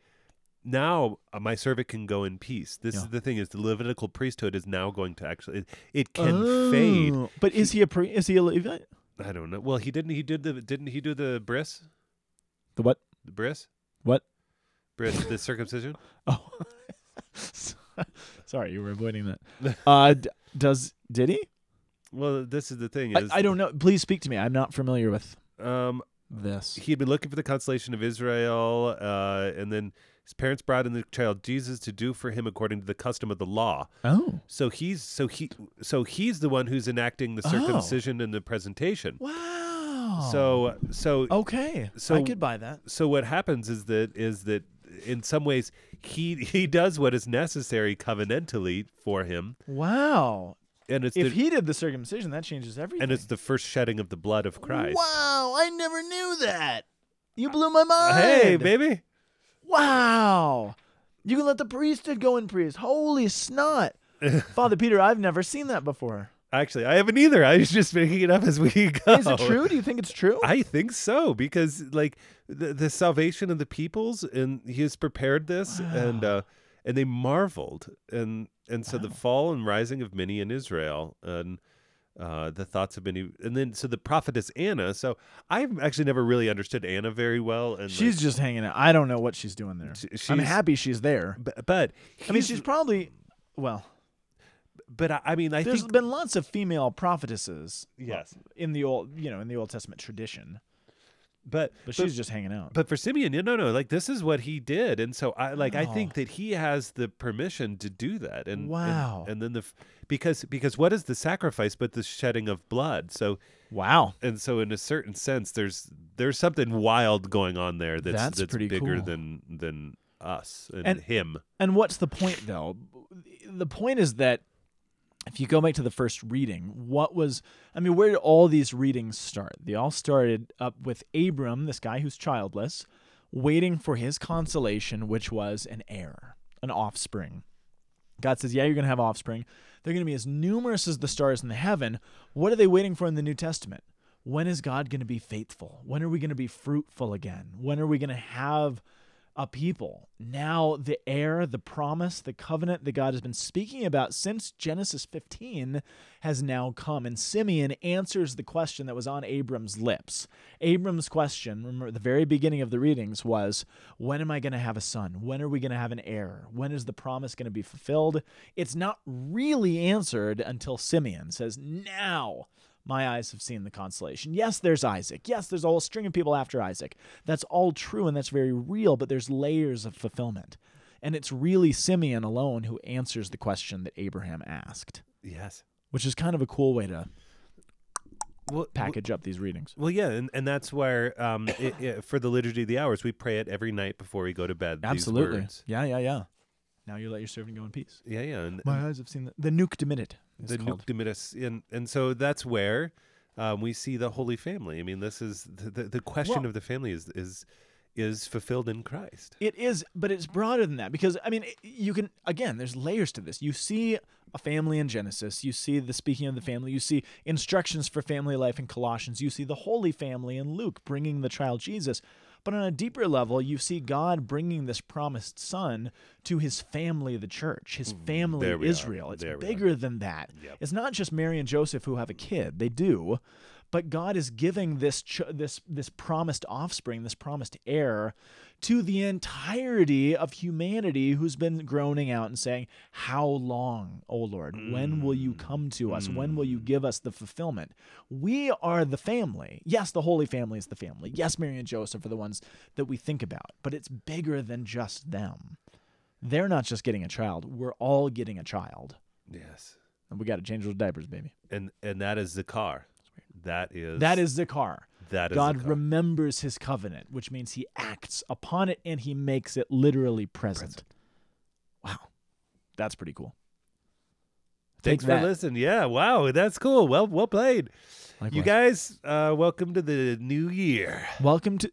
S2: now uh, my servant can go in peace this is
S3: Yeah.
S2: the thing is the levitical priesthood is now going to actually it, it can fade
S3: Oh, But is he a pre- is he a Levite?
S2: i don't know well he didn't he did the didn't he do the bris
S3: The what?
S2: the bris
S3: What?
S2: bris the circumcision
S3: Oh, sorry, you were avoiding that. Uh, d- does did he?
S2: well this is the thing
S3: I,
S2: is
S3: I don't know. Please speak to me. I'm not familiar with
S2: um
S3: this.
S2: he'd been looking for the consolation of Israel, uh, and then his parents brought in the child Jesus to do for him according to the custom of the law.
S3: Oh,
S2: So he's so he so he's the one who's enacting the
S3: Oh.
S2: circumcision and the presentation.
S3: wow.
S2: So so
S3: okay,
S2: so-
S3: I could buy that.
S2: so what happens is that is that in some ways he he does what is necessary covenantally for him,
S3: Wow.
S2: and it's the,
S3: If he did the circumcision, that changes everything.
S2: and it's the first shedding of the blood of Christ. Uh,
S3: wow, I never knew that. You blew my mind.
S2: Hey, baby.
S3: Wow. You can let the priesthood go in priest. Holy snot. Father Peter, I've never seen that before.
S2: Actually, I haven't either. I was just making it up as we go.
S3: Is it true? Do you think it's true?
S2: Oh. I think so because like the, the salvation of the peoples and he has prepared this and uh and they marveled and and so the fall and rising of many in Israel and uh the thoughts of many and then so the prophetess Anna so I've actually never really understood Anna very well and like,
S3: she's just hanging out. I don't know what she's doing there.
S2: She-
S3: I'm
S2: she's-
S3: happy she's there.
S2: but, but
S3: I mean,
S2: he's-
S3: she's probably well.
S2: but I, I mean I
S3: There's
S2: think
S3: been lots of female prophetesses.
S2: Yes.
S3: In the old, you know, in the Old Testament tradition,
S2: but
S3: but she's just hanging out.
S2: but for Simeon, you no, no, like this is what he did, and so I like I think
S3: Wow.
S2: that he has the permission to do that, and and-
S3: Wow.
S2: and, then the f- because because what is the sacrifice but the shedding of blood? So
S3: wow.
S2: and so in a certain sense, there's there's something wild going on there that's
S3: That's pretty
S2: bigger
S3: cool.
S2: than than us and,
S3: And-
S2: him.
S3: And what's the point, though? The point is that if you go back to the first reading, what was, I mean, where did all these readings start? They all started up with Abram, this guy who's childless, waiting for his consolation, which was an heir, an offspring. God says, Yeah, you're going to have offspring. They're going to be as numerous as the stars in the heaven. What are they waiting for in the New Testament? When is God going to be faithful? When are we going to be fruitful again? When are we going to have a people? Now, the heir, the promise, the covenant that God has been speaking about since Genesis 15 has now come. And Simeon answers the question that was on Abram's lips. Abram's question, remember at the very beginning of the readings, was When am I going to have a son? When are we going to have an heir? When is the promise going to be fulfilled? It's not really answered until Simeon says, Now my eyes have seen the consolation. Yes, there's Isaac. Yes, there's a whole string of people after Isaac. That's all true and that's very real, but there's layers of fulfillment. And it's really Simeon alone who answers the question that Abraham asked,
S2: Yes.
S3: which is kind of a cool way to
S2: Well, w-
S3: package up these readings.
S2: Well, yeah, and, and that's where um, i i for the liturgy of the hours we pray it every night before we go to bed. these
S3: Absolutely.
S2: words.
S3: Yeah, yeah, yeah. Now you let your servant go in peace.
S2: Yeah, yeah, and,
S3: My eyes have seen the, the nuke dimitit.
S2: the Nuc Dimittis, and and so that's where um, we see the Holy Family. I mean, this is the, the, the question
S3: Well-
S2: of the family is is is fulfilled in Christ.
S3: It is, but it's broader than that because I mean, it- you can again. There's layers to this. You see a family in Genesis. You see the speaking of the family. You see instructions for family life in Colossians. You see the Holy Family in Luke bringing the child Jesus. But on a deeper level, you see God bringing this promised son to his family, the church, his family,
S2: Mm, there we are.
S3: Israel. It's
S2: There we are.
S3: bigger than that. It's not just Mary and Joseph who have a kid; they do, but God is giving this ch- this this promised offspring, this promised heir, to the entirety of humanity who's been groaning out and saying, "How long, O Lord? When will you come to us? When will you give us the fulfillment?" We are the family. Yes, the Holy Family is the family. Yes, Mary and Joseph are the ones that we think about, but it's bigger than just them. They're not just getting a child. We're all getting a child.
S2: Yes,
S3: And we got to change those diapers, baby.
S2: and and that is the car. That is
S3: That is Zakar.
S2: that is
S3: God
S2: Zakar.
S3: remembers his covenant, which means he acts upon it and he makes it literally present. Wow. That's pretty cool.
S2: Thanks
S3: Take
S2: for
S3: that.
S2: listening. Yeah, wow, that's cool. Well, well played. You
S3: Likewise.
S2: guys, uh, welcome to the new year.
S3: Welcome to.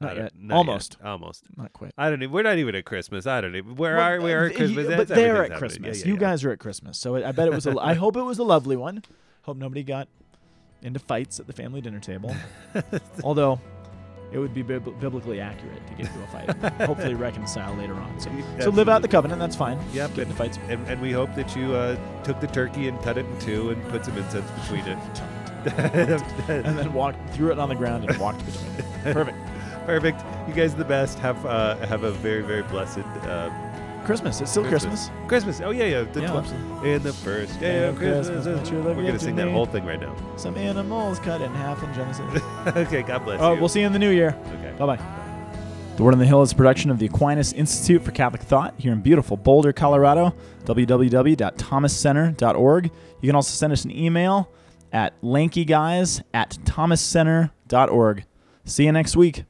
S2: I
S3: Not
S2: don't-
S3: yet.
S2: not
S3: Almost.
S2: almost.
S3: Not quite.
S2: I don't. Even, we're not even at Christmas. I don't even. Where are
S3: Well,
S2: we? Are at
S3: th-
S2: Christmas?
S3: you-
S2: That's-
S3: but they're
S2: everything's
S3: at
S2: happening.
S3: Christmas.
S2: Yeah, yeah,
S3: you
S2: yeah.
S3: guys are at Christmas, so I I bet it was. A, I hope it was a lovely one. Hope nobody got into fights at the family dinner table. Although, it would be bib- biblically accurate to get into a fight. Hopefully, reconcile later on. So, so live out the covenant. That's fine.
S2: Yep,
S3: Get into fights.
S2: And, and we hope that you uh, took the turkey and cut it in two and put some incense between it.
S3: and then walked threw it on the ground and walked between. it. Perfect.
S2: Perfect. You guys are the best. Have uh, have a very very blessed uh,
S3: Christmas. It's still Christmas.
S2: Christmas. Oh yeah, yeah. The
S3: Yeah,
S2: twelfth
S3: absolutely.
S2: and the first day of Christmas.
S3: Christmas, but you
S2: We're
S3: love
S2: gonna
S3: yet to
S2: sing that
S3: me.
S2: whole thing right now.
S3: Some animals cut in half in Genesis.
S2: okay. God bless
S3: Oh,
S2: you.
S3: we'll see you in the new year.
S2: Okay.
S3: Bye bye. The Word on the Hill is a production of the Aquinas Institute for Catholic Thought here in beautiful Boulder, Colorado. www.thomascenter.org. You can also send us an email at lankyguys at thomascenter.org. See you next week.